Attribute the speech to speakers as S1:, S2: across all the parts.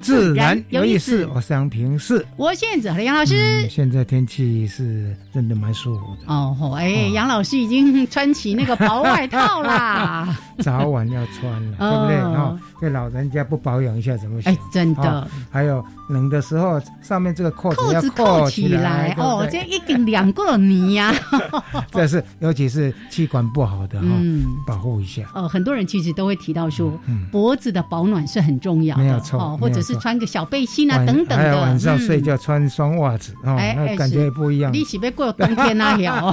S1: 自然有意
S2: 自然有意
S1: 思
S2: 思，
S1: 我是杨平是。
S2: 我现在和杨老师。
S1: 嗯现在天气是真的蛮舒服的，
S2: 哦吼，哎、
S1: 哦
S2: 杨老师已经穿起那个薄外套啦！
S1: 早晚要穿了，对
S2: 哦
S1: 不对？哈，这老人家不保养一下怎么行
S2: 哎？，真的，
S1: 哦还有冷的时候，上面这个扣
S2: 扣
S1: 子要
S2: 子
S1: 扣
S2: 扣
S1: 起
S2: 起来
S1: 来，
S2: 哦，这
S1: 对不对
S2: 一定两个 泥呀、
S1: 这是尤其是气管不好的哈，
S2: 嗯，
S1: 保护一下。
S2: 哦，很多人其实都会提到说，
S1: 嗯，
S2: 脖子的保暖是很重要的，
S1: 没有错
S2: 哦，或者
S1: 没有
S2: 是
S1: 错
S2: 穿个小背心啊
S1: 晚
S2: 等等
S1: 还
S2: 的。
S1: 有晚上睡
S2: 嗯
S1: 觉穿双袜子哦，
S2: 哎哎
S1: 那感觉也不一样
S2: 你，喜不喜欢过冬天啊哦那条？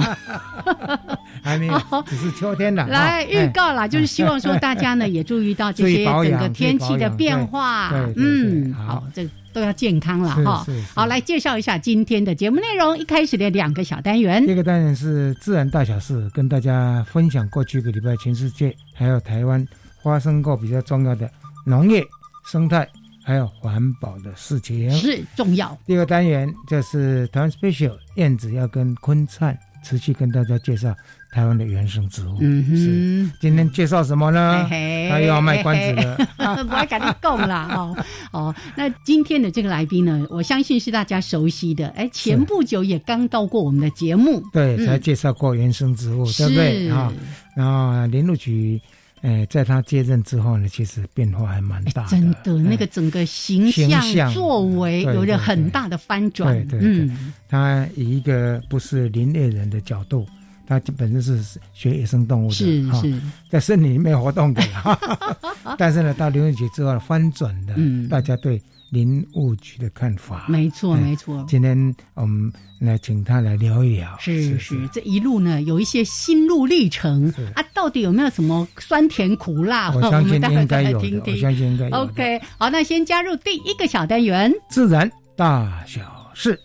S1: 还没有，只是秋天了。
S2: 哦
S1: 哈
S2: 来预
S1: 哎
S2: 告啦，就是希望说大家呢也注意到这
S1: 注意
S2: 些
S1: 保
S2: 整
S1: 养
S2: 个
S1: 注意
S2: 天气
S1: 保
S2: 的
S1: 养
S2: 变
S1: 对
S2: 化
S1: 对。对
S2: 嗯，
S1: 对好
S2: 好，这都要健康了
S1: 是
S2: 哈
S1: 是是。
S2: 好，来介绍一下今天的节目内容。一开始的两个小单元
S1: 第一，个单元是自然大小事，跟大家分享过去一个礼拜全世界还有台湾发生过比较重要的农业、生态还有环保的事情。
S2: 是重要。
S1: 第二个单元就是台湾 special，燕子要跟昆灿持续跟大家介绍台湾的原生植物。是
S2: 嗯
S1: 今天介绍什么呢
S2: 哼，？嘿
S1: 他又要卖关子。了。
S2: 啊不爱跟你讲啦，哦哦，那今天的这个来宾呢，我相信是大家熟悉的，哎，前
S1: 是
S2: 不久也刚到过我们的节目，
S1: 对，
S2: 嗯
S1: 才介绍过原生植物，对不对
S2: 是
S1: 啊？然后林路局，呃，在他接任之后呢，其实变化还蛮大的。
S2: 真的，那
S1: 哎
S2: 个整个形
S1: 形
S2: 象
S1: 象嗯
S2: 作为
S1: 对
S2: 有了
S1: 对
S2: 很
S1: 对
S2: 大的翻转
S1: 对，对
S2: 嗯，
S1: 他以一个不是林类人的角度，他本身是学野生动物的，
S2: 是
S1: 哈
S2: 是，
S1: 在森林里面活动的， 哈哈哈但是呢，到林务局之后翻转的，
S2: 嗯
S1: 大家对林务局的看法。
S2: 没错
S1: 哎
S2: 没错，
S1: 今天我们来请他来聊一聊，
S2: 是是，这一路呢有一些心路历程
S1: 是
S2: 啊，到底有没有什么酸甜苦辣？
S1: 我相信
S2: 们待会
S1: 应该
S2: 再来
S1: 有
S2: 听
S1: 的，我
S2: 听。
S1: 相信应该有的。
S2: OK，好，那先加入第一个小单元，
S1: 自然大小事，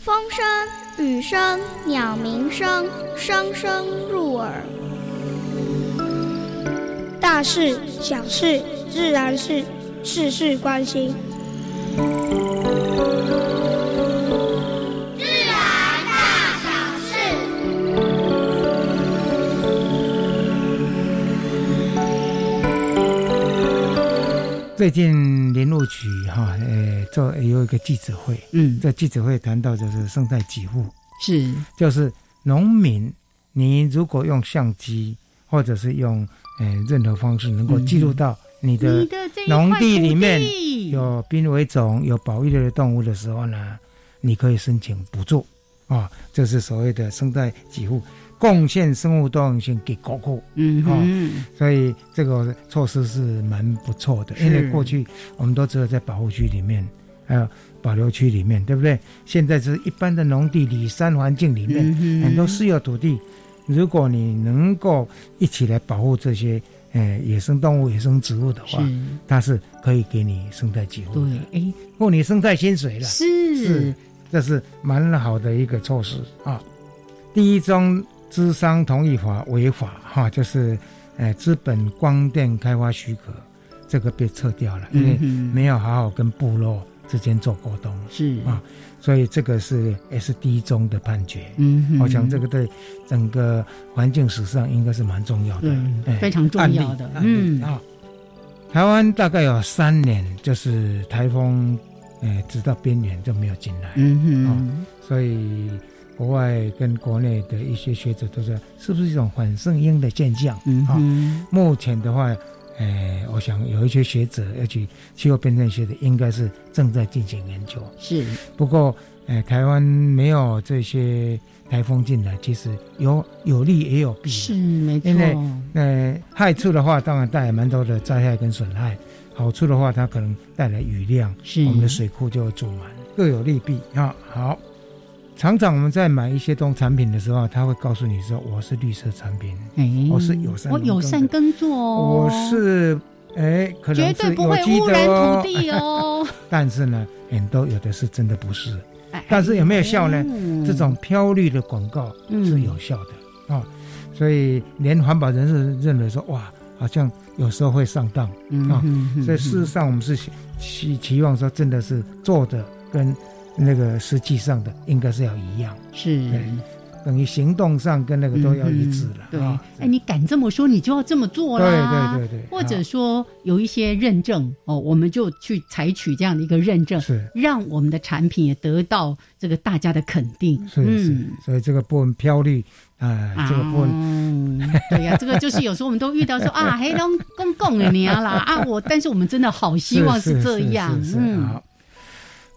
S3: 风声、雨声、鸟鸣声，声声入耳。大事、小事、自然是事事关心。
S1: 最近林务局哈，呃，做有一个记者会，
S2: 嗯，
S1: 在记者会谈到就是生态给付。
S2: 是
S1: 就是农民，你如果用相机或者是用呃任何方式能够记录到你
S2: 你
S1: 的
S2: 的这一
S1: 农
S2: 块
S1: 地
S2: 土
S1: 里面
S2: 地
S1: 有濒危种、有保育类的动物的时候呢，你可以申请补助啊、这是所谓的生态给付，贡献生物多样性给国库。
S2: 嗯哼，
S1: 所以这个措施是蛮不错的，因为
S2: 是
S1: 过去我们都只有在保护区里面，还有保留区里面，对不对？现在是一般的农地里山环境里面，
S2: 嗯哼
S1: 很多私有土地，如果你能够一起来保护这些呃野生动物、野生植物的
S2: 是
S1: 话，它是可以给你生态机会，
S2: 对，哎，
S1: 付你生态薪水了，
S2: 是
S1: 是这是蛮好的一个措施啊。第一宗资商同意法违法哈、就是呃资本光电开发许可这个被撤掉了，因为
S2: 嗯哼
S1: 没有好好跟部落之间做沟通，
S2: 是
S1: 啊所以这个是也是第一宗的判决。
S2: 嗯哼，
S1: 我想这个对整个环境史上应该是蛮重要的，
S2: 对
S1: 哎
S2: 嗯非常重
S1: 案例
S2: 要的，嗯
S1: 案例啊、台湾大概有三年，就是台风，呃，直到边缘就没有进来，
S2: 嗯哼，
S1: 所以国外跟国内的一些学者都说，是不是一种反圣婴的现象？
S2: 嗯
S1: 啊
S2: 哼，
S1: 目前的话，哎，我想有一些学者，而且气候变迁学者应该是正在进行研究。
S2: 是
S1: 不过，哎，台湾没有这些台风进来，其实有有利也有弊。
S2: 是，没错
S1: 因，为呃，害处的话，当然带来蛮多的灾害跟损害；好处的话，它可能带来雨量，
S2: 是
S1: 我们的水库就会注满，各有利弊啊。好，厂长我们在买一些东产品的时候，他会告诉你说我是绿色产品，
S2: 哎
S1: 我是友善
S2: 我
S1: 农耕
S2: 友
S1: 的
S2: 善耕作哦，
S1: 我是哎，可
S2: 绝
S1: 能
S2: 对
S1: 是
S2: 不
S1: 有
S2: 会
S1: 机
S2: 污
S1: 的
S2: 染
S1: 哦
S2: 土，地 哦。
S1: 但是呢，很多有的是真的不是。
S2: 哎
S1: 但是有没有效呢？
S2: 嗯
S1: 这种飘绿的广告是有效的啊、所以连环保人士认为说，哇，好像有时候会上当。
S2: 嗯
S1: 啊
S2: 嗯嗯
S1: 所以事实上，我们是期期望说，真的是做的跟那个实际上的应该是要一样，
S2: 是
S1: 对等于行动上跟那个都要一致
S2: 嗯对，
S1: 了
S2: 哎
S1: 啊、、
S2: 你敢这么说，你就要这么做啦。
S1: 对对对对，
S2: 或者
S1: 啊
S2: 说有一些认证哦，我们就去采取这样的一个认证，
S1: 啊是
S2: 让我们的产品也得到这个大家的肯定。
S1: 是是，
S2: 嗯
S1: 所以这个部分飘绿啊、
S2: 啊，
S1: 这个部分
S2: 对呀、这个就是有时候我们都遇到说啊，黑龙公公的你啊啦啊，我但是我们真的好希望
S1: 是
S2: 这样，
S1: 是是是
S2: 嗯
S1: 好，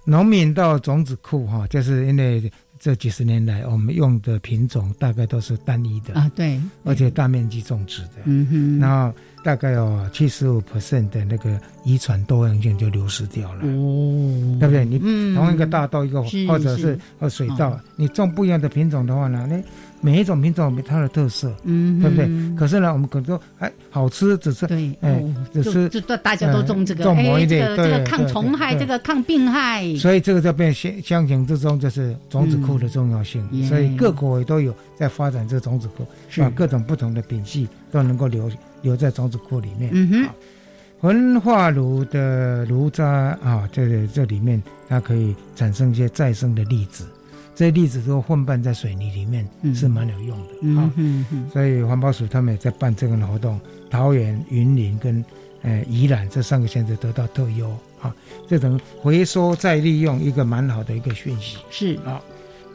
S1: 农民到种子库哈、就是因为这几十年来我们用的品种大概都是单一的，
S2: 啊，对，
S1: 而且大面积种植的，
S2: 嗯哼，
S1: 然后大概有七十五 percent 的那个遗传多样性就流失掉了，
S2: 哦，
S1: 对不对？你
S2: 嗯
S1: 同一个大豆一个，
S2: 是
S1: 或者是
S2: 是
S1: 呃水稻
S2: 哦，
S1: 你种不一样的品种的话呢，那每一种品种有它的特色，
S2: 嗯哼，
S1: 对不对？可是呢，我们可能说哎好吃，只是
S2: 对，
S1: 哎
S2: 哦
S1: 只
S2: 就是就大大家都种这
S1: 呃
S2: 个，
S1: 种某
S2: 哎，
S1: 一
S2: 这
S1: 类
S2: 个这个
S1: 对
S2: 抗
S1: 对
S2: 虫害，
S1: 对
S2: 这个抗病害，
S1: 所以这个就变相相形之中，就是种子库的重要性。
S2: 嗯
S1: 所以
S2: 耶
S1: 各国也都有在发展这个种子库，
S2: 是
S1: 把各种不同的品系都能够留留在种子库里面。
S2: 嗯哼，
S1: 焚化炉的炉渣啊，这这里面它可以产生一些再生的粒子，这些粒子都混拌在水泥里面
S2: 嗯
S1: 是蛮有用的啊。
S2: 嗯哼哼，
S1: 所以环保署他们也在办这个活动，桃园、云林跟呃宜兰这三个县市得到特优啊，这种回收再利用一个蛮好的一个讯息。
S2: 是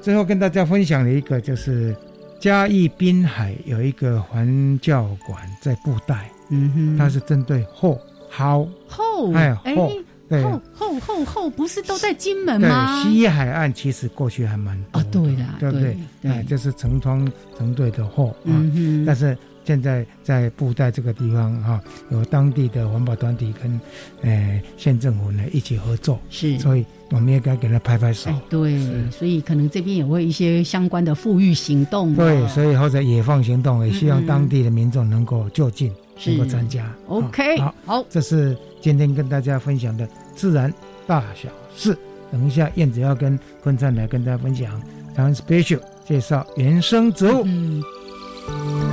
S1: 最后跟大家分享的一个就是嘉义滨海有一个环教馆在布袋，
S2: 嗯哼，
S1: 它是针对后蒿
S2: 后
S1: 哎呀
S2: 哎
S1: 后对
S2: 后后后后不是都在金门吗？
S1: 对西海岸其实过去还蛮多
S2: 啊
S1: 的，
S2: 对啦
S1: 对不对？
S2: 对
S1: 哎，这是成双成对的后啊。
S2: 嗯
S1: 但
S2: 哼，
S1: 是现在在布袋这个地方啊，有当地的环保团体跟呃县政府呢一起合作，
S2: 是
S1: 所以我们也该给他拍拍手。
S2: 哎对，
S1: 是
S2: 所以可能这边也会一些相关的富裕行动啊，
S1: 对，所以或者野放行动也希望
S2: 嗯嗯
S1: 当地的民众能够就近，
S2: 是
S1: 能够参加。啊
S2: OK
S1: 好，
S2: 好，
S1: 这是今天跟大家分享的自然大小事。等一下，燕子要跟坤灿来跟大家分享台湾 special 介绍原生植物。
S2: 嗯。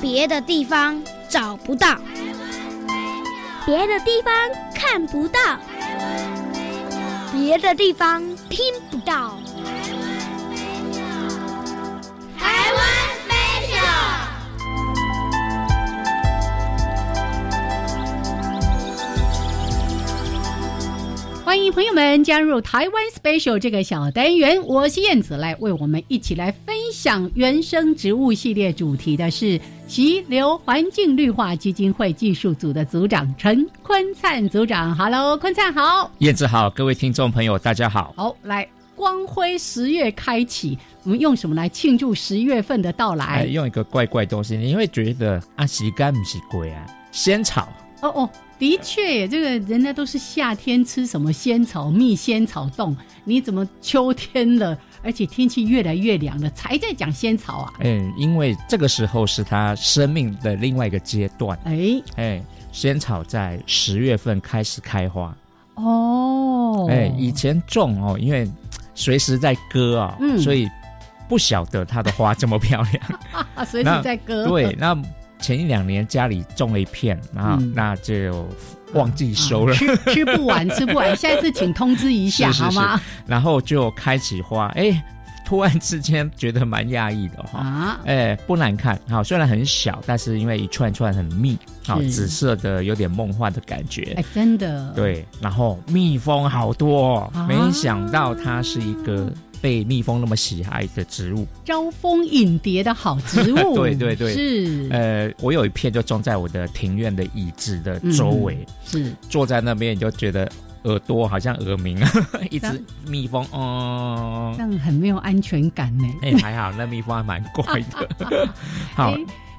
S3: 别的地方找不到，别的地方看不到，别的地方听不到。台湾 special。
S2: 欢迎朋友们加入台湾 Special 这个小单元，我是燕子，来为我们一起来分享原生植物系列主题的是溪流环境绿化基金会技术组的组长陈坤灿组长。Hello，坤灿好，
S4: 燕子好，各位听众朋友，大家好。
S2: 好来。光辉十月开启，我们用什么来庆祝十月份的到
S4: 哎，
S2: 来？
S4: 用一个怪怪东西，你会觉得啊，洗干不洗鬼啊？仙草，
S2: 哦哦，的确耶，这个人家都是夏天吃什么仙草蜜、仙草冻，你怎么秋天了，而且天气越来越凉了，才在讲仙草啊？
S4: 嗯，因为这个时候是它生命的另外一个阶段。
S2: 哎，
S4: 哎，仙草在十月份开始开花。
S2: 哦，
S4: 哎，以前种哦，因为嘖随时在割哦，
S2: 嗯
S4: 所以不晓得它的花这么漂 亮。
S2: 啊，所以
S4: 那
S2: 你在割，
S4: 对，那前一两年家里种了一片，然后、
S2: 嗯
S4: 那就忘记收了。
S2: 啊吃吃 不完，吃不完，下一次请通知一下
S4: 是是
S2: 好吗？
S4: 然后就开起花，哎，突然之间觉得蛮讶异的哈、
S2: 啊，
S4: 哎，不难看，好，虽然很小，但是因为一串串很密，好，
S2: 是
S4: 紫色的有点梦幻的感觉
S2: 哎，，真的，，
S4: 对，然后蜜蜂好多、哦，
S2: 啊
S4: 没想到它是一个被蜜蜂那么喜爱的植物。
S2: 招蜂引蝶的好植物，
S4: 对对对
S2: 是，
S4: 呃，我有一片就种在我的庭院的椅子的周围，
S2: 是
S4: 坐在那边你就觉得耳朵好像耳鸣，啊 一
S2: 这样
S4: 只蜜蜂，哦、
S2: 这样很没有安全感呢。
S4: 哎、还好，那蜜蜂还蛮怪的。 好
S2: 哎，，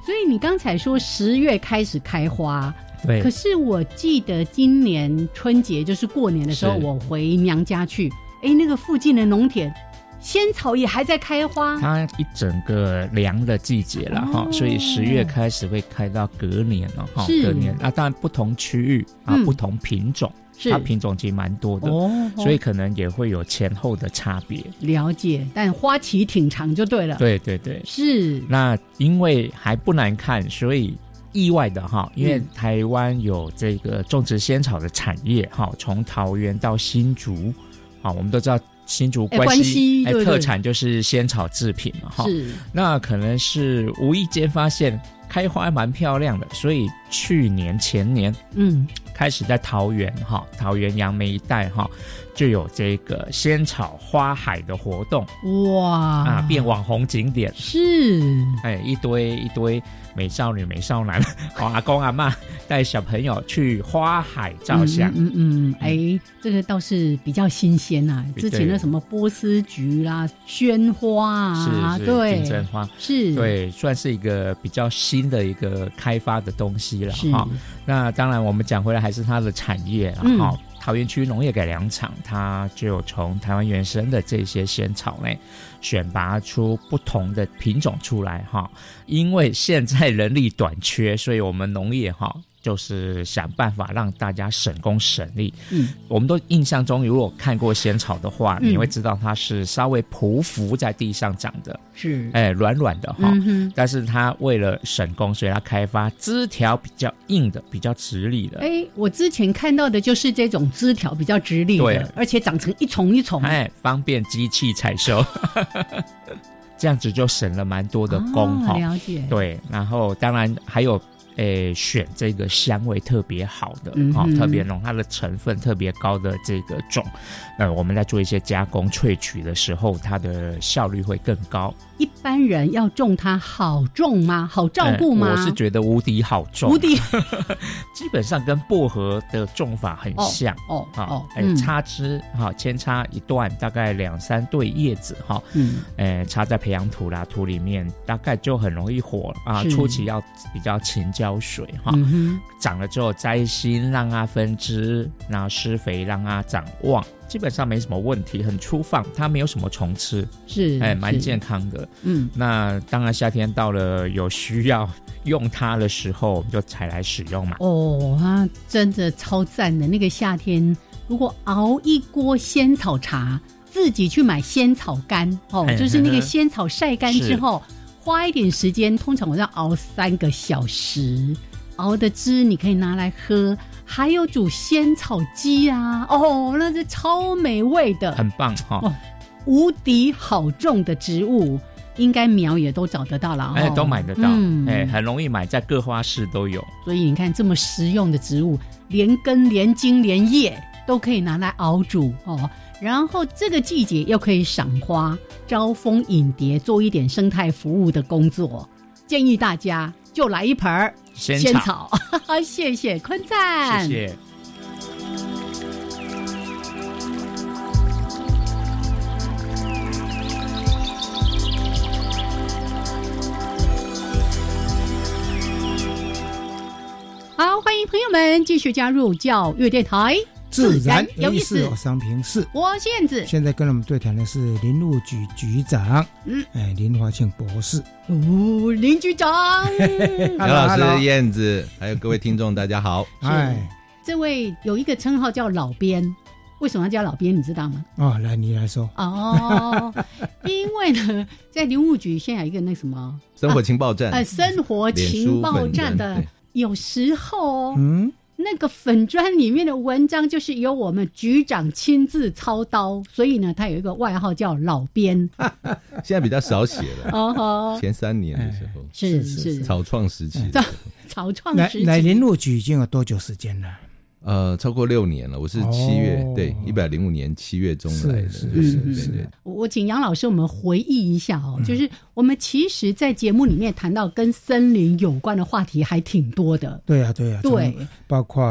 S2: 所以你刚才说十月开始开花，
S4: 对
S2: 可，是我记得今年春节就是过年的时候，
S4: 是
S2: 我回娘家去，哎，那个附近的农田仙草也还在开花，
S4: 它一整个凉的季节了哈、
S2: 哦
S4: 所以十月开始会开到隔年了哈，
S2: 是
S4: 隔年啊，当然不同区域啊、
S2: 嗯
S4: 不同品种，
S2: 是
S4: 它品种其实蛮多的。
S2: 哦，
S4: 所以可能也会有前后的差别，
S2: 了解，但花期挺长就对了，
S4: 对对对。
S2: 是
S4: 那因为还不难看，所以意外的哈，因为
S2: 嗯
S4: 台湾有这个种植仙草的产业哈，从桃园到新竹，啊，我们都知道新竹
S2: 哎
S4: 关
S2: 关西
S4: 哎
S2: 对对
S4: 特产就是仙草制品嘛哈。
S2: 是
S4: 那可能是无意间发现开花蛮漂亮的，所以去年前年
S2: 嗯
S4: 开始在桃园哈，桃园杨梅一带哈，就有这个仙草花海的活动
S2: 哇
S4: 啊，变网红景点。
S2: 是
S4: 哎，一堆一堆美少女、美少男， 哦、阿公阿嬷带小朋友去花海照相，
S2: 嗯嗯，嗯哎，这个倒是比较新鲜啊，
S4: 对
S2: 之前的什么波斯菊啦、萱花啊，
S4: 是是
S2: 对，
S4: 金针花，
S2: 是，
S4: 对，算是一个比较新的一个开发的东西了
S2: 是
S4: 哈、那当然，我们讲回来还是它的产业啊，哈、
S2: 嗯
S4: 桃园区农业改良场，它就从台湾原生的这些仙草呢，选拔出不同的品种出来哈、因为现在人力短缺，所以我们农业哈、就是想办法让大家省工省力。
S2: 嗯，
S4: 我们都印象中，如果看过仙草的话，
S2: 嗯
S4: 你会知道它是稍微匍匐在地上长的，
S2: 是，
S4: 哎，软软的哈、
S2: 嗯哼，
S4: 但是它为了省工，所以它开发枝条比较硬的、比较直立的。
S2: 哎，我之前看到的就是这种枝条比较直立
S4: 对
S2: 的，而且长成一丛一丛，
S4: 哎，方便机器采收， 这样子就省了蛮多的工
S2: 啊
S4: 哈、
S2: 了解，
S4: 对，然后当然还有，诶，选这个香味特别好的
S2: 嗯，
S4: 哈、
S2: 哼
S4: 特别浓，它的成分特别高的这个种，呃，我们在做一些加工萃取的时候，它的效率会更高。
S2: 一般人要种它好种吗？好照顾
S4: 呃
S2: 吗？
S4: 我是觉得无敌好种，
S2: 无敌
S4: 基本上跟薄荷的种法很
S2: 哦
S4: 像。
S2: 哦
S4: 好、
S2: 哦，
S4: 哎、插枝好，扦插一段，大概两三对叶子哈，
S2: 嗯
S4: 哎、插在培养土啦，土里面大概就很容易火啊。
S2: 是
S4: 初期要比较勤浇水哈，
S2: 嗯哼
S4: 长了之后摘心让它分枝，然后施肥让它长旺，基本上没什么问题，很粗放，它没有什么虫吃，
S2: 是
S4: 哎、蛮
S2: 是
S4: 健康的。
S2: 嗯
S4: 那当然夏天到了有需要用它的时候，我们就采来使用嘛。
S2: 哦，它真的超赞的。那个夏天，如果熬一锅仙草茶，自己去买仙草干哦
S4: 哎，
S2: 就是那
S4: 呵
S2: 个
S4: 呵
S2: 仙草晒干之
S4: 是
S2: 后，花一点时间，通常我要熬三个小时，熬的汁你可以拿来喝，还有煮仙草鸡啊，哦，那是超美味的，
S4: 很棒哈、
S2: 哦无敌好种的植物，应该苗也都找得到了，
S4: 哎，
S2: 哦
S4: 都买得到，
S2: 嗯
S4: 哎，很容易买，在各花市都有。
S2: 所以你看，这么实用的植物，连根、连茎、连叶都可以拿来熬煮哦。然后这个季节又可以赏花、招蜂引蝶，做一点生态服务的工作。建议大家就来一盆儿
S4: 仙
S2: 仙
S4: 草，
S2: 草。 谢谢坤赞，
S4: 谢
S5: 嗯
S4: 谢。
S2: 好，欢迎朋友们继续加入教育电台，
S1: 自然
S2: 有
S1: 有
S2: 意
S1: 意
S2: 思
S1: 思，我商平是。
S2: 我是燕子。
S1: 现在跟我们对谈的是林务局局长，
S2: 嗯，
S1: 哎，林华庆博士。哎
S2: 哦，林局长，嗯
S6: 杨老
S1: Hello，hello
S6: 师、燕子，还有各位听众，大家 好。
S1: 哎，
S2: 这位有一个称号叫老编，为什么要叫老编？你知道吗？
S1: 哦，来你来说，
S2: 哦，因为呢，在林务局现在有一个那什么
S6: 生活情报站，
S2: 哎呃生活情报
S6: 脸
S2: 站
S6: 书
S2: 的
S6: 粉，
S2: 有时候哦
S1: 嗯，
S2: 那个粉砖里面的文章就是由我们局长亲自操刀，所以呢，他有一个外号叫“老编
S6: 现在比较少写”。了。
S2: 哦吼，
S6: 前三年的时候，
S2: 是
S1: 是
S2: 是，
S6: 草创时期的，
S2: 草 草创
S1: 乃
S2: 时期
S1: 乃林录取已经有多久时间了？
S6: 呃，超过六年了。我是七月
S1: 哦，
S6: 对，一百零五年七月中来的，
S1: 是
S6: 对
S2: 是
S6: 对
S1: 是
S6: 对对
S2: 嗯我我请杨老师我们回忆一下哦，就是我们其
S1: 嗯
S2: 实，在节目里面谈到跟森林有关的话题还挺多的。
S1: 对呀、对呀、啊
S2: 对，
S1: 包括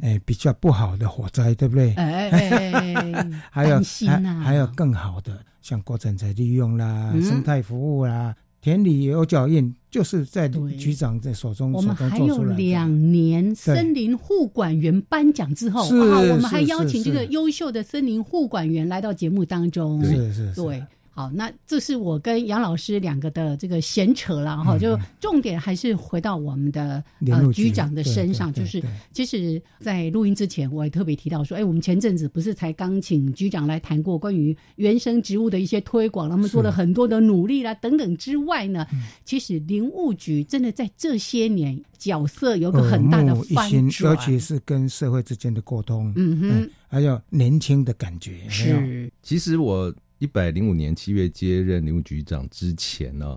S1: 诶、呃比较不好的火灾，对不对？
S2: 哎哎哎，
S1: 还有
S2: 担心
S1: 还
S2: 啊
S1: 还有更好的，像国产材利用啦、
S2: 嗯
S1: 生态服务啦、田里有脚印，就是在
S2: 对
S1: 局长的手中
S2: 我
S1: 手
S2: 们
S1: 中
S2: 还
S1: 做
S2: 有
S1: 出来的。
S2: 两年森林护管员颁奖之后，
S1: 是
S2: 啊，我们还
S1: 是
S2: 邀请这
S1: 是
S2: 个
S1: 是
S2: 优秀的森林护管员来到节目当中。
S1: 是是啊是，
S2: 对，好，那这是我跟杨老师两个的这个闲扯了哈，
S1: 嗯
S2: 就重点还是回到我们的
S1: 联
S2: 呃
S1: 络
S2: 局长的
S1: 对
S2: 身
S1: 对
S2: 上，就
S1: 对
S2: 是
S1: 对
S2: 其实，在录音之前，我也特别提到说，哎，我们前阵子不是才刚请局长来谈过关于原生植物的一些推广，他们做了很多的努力啦等等之外呢，
S1: 嗯
S2: 其实林务局真的在这些年角色有个很大的
S1: 耳目一
S2: 翻
S1: 新，哦
S2: 转
S1: 尤，其是跟社会之间的沟通，
S2: 嗯哼，
S1: 还有年轻的感觉，有没有
S2: 是
S6: 其实我一百零五年七月接任林务局长之前呢、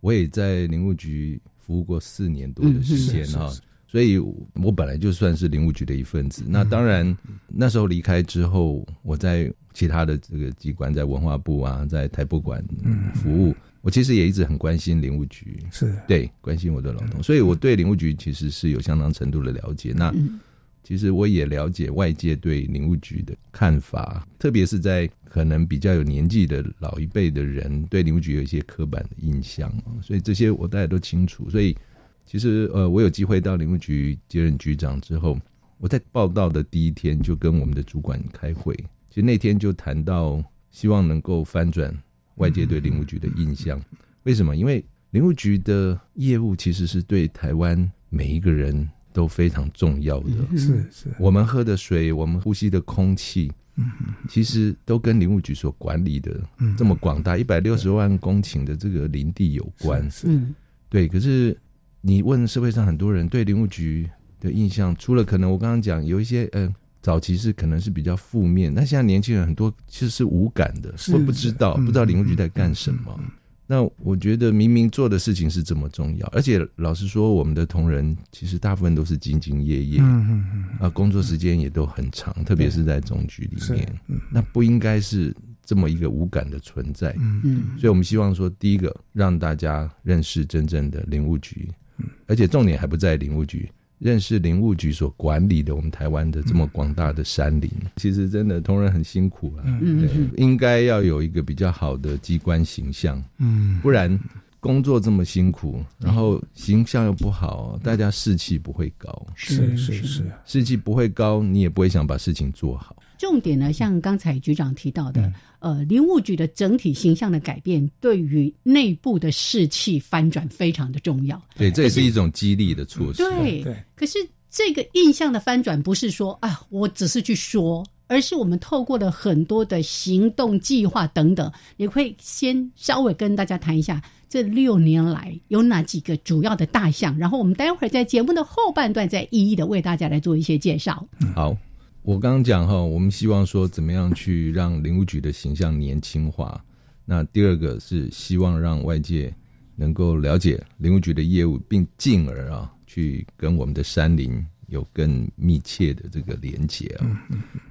S6: 我也在林务局服务过四年多的时间哈、
S1: 嗯是是是嗯
S6: 所以我本来就算是林务局的一份子。那当然，那时候离开之后，我在其他的这个机关，在文化部啊，在台博馆
S1: 嗯
S6: 服务，我其实也一直很关心林务局。
S1: 是
S6: 对，关心我的劳动，所以我对林务局其实是有相当程度的了解。
S2: 嗯
S6: 那其实我也了解外界对林务局的看法，特别是在可能比较有年纪的老一辈的人对林务局有一些刻板的印象哦所以这些我大家都清楚。所以其实呃，我有机会到林务局接任局长之后，我在报道的第一天就跟我们的主管开会，其实那天就谈到希望能够翻转外界对林务局的印象。为什么？因为林务局的业务其实是对台湾每一个人都非常重要的。
S1: 是是，
S6: 我们喝的水，我们呼吸的空气，
S2: 嗯
S1: 嗯
S6: 其实都跟林务局所管理的这么广大一百六十万公顷的这个林地有关。
S2: 嗯
S6: 对，可是你问社会上很多人对林务局的印象，除了可能我刚刚讲有一些呃。早期是可能是比较负面，那现在年轻人很多其实是无感的，
S1: 是
S6: 或不知道、
S1: 嗯
S6: 不知道林务局在干什么。那我觉得明明做的事情是这么重要，而且老实说，我们的同仁其实大部分都是兢兢业业，
S1: 嗯嗯嗯，
S6: 啊，工作时间也都很长，特别是在总局里
S1: 是
S6: 面，
S1: 嗯
S6: 那不应该是这么一个无感的存在。
S2: 嗯
S6: 所以我们希望说，第一个让大家认识真正的林务局，
S1: 嗯
S6: 而且重点还不在林务局，认识林务局所管理的我们台湾的
S1: 嗯
S6: 这么广大的山林。其实真的同仁很辛苦啦，
S2: 嗯
S6: 对
S2: 嗯，
S6: 应该要有一个比较好的机关形象，
S1: 嗯，
S6: 不然工作这么辛苦，然后形象又不好，大家士气不会高，
S1: 是是是，
S6: 士气不会高，你也不会想把事情做好。
S2: 重点呢，像刚才局长提到的，呃，林务局的整体形象的改变，对于内部的士气翻转非常的重要。
S6: 对，这也是一种激励的措施。
S2: 对，
S1: 对
S2: 可是这个印象的翻转，不是说啊，我只是去说，而是我们透过了很多的行动计划等等，你会先稍微跟大家谈一下这六年来有哪几个主要的大项，然后我们待会儿在节目的后半段再一一的为大家来做一些介绍。
S6: 好，我刚刚讲哈，我们希望说怎么样去让林务局的形象年轻化。那第二个是希望让外界能够了解林务局的业务，并进而啊去跟我们的山林有更密切的这个连接啊。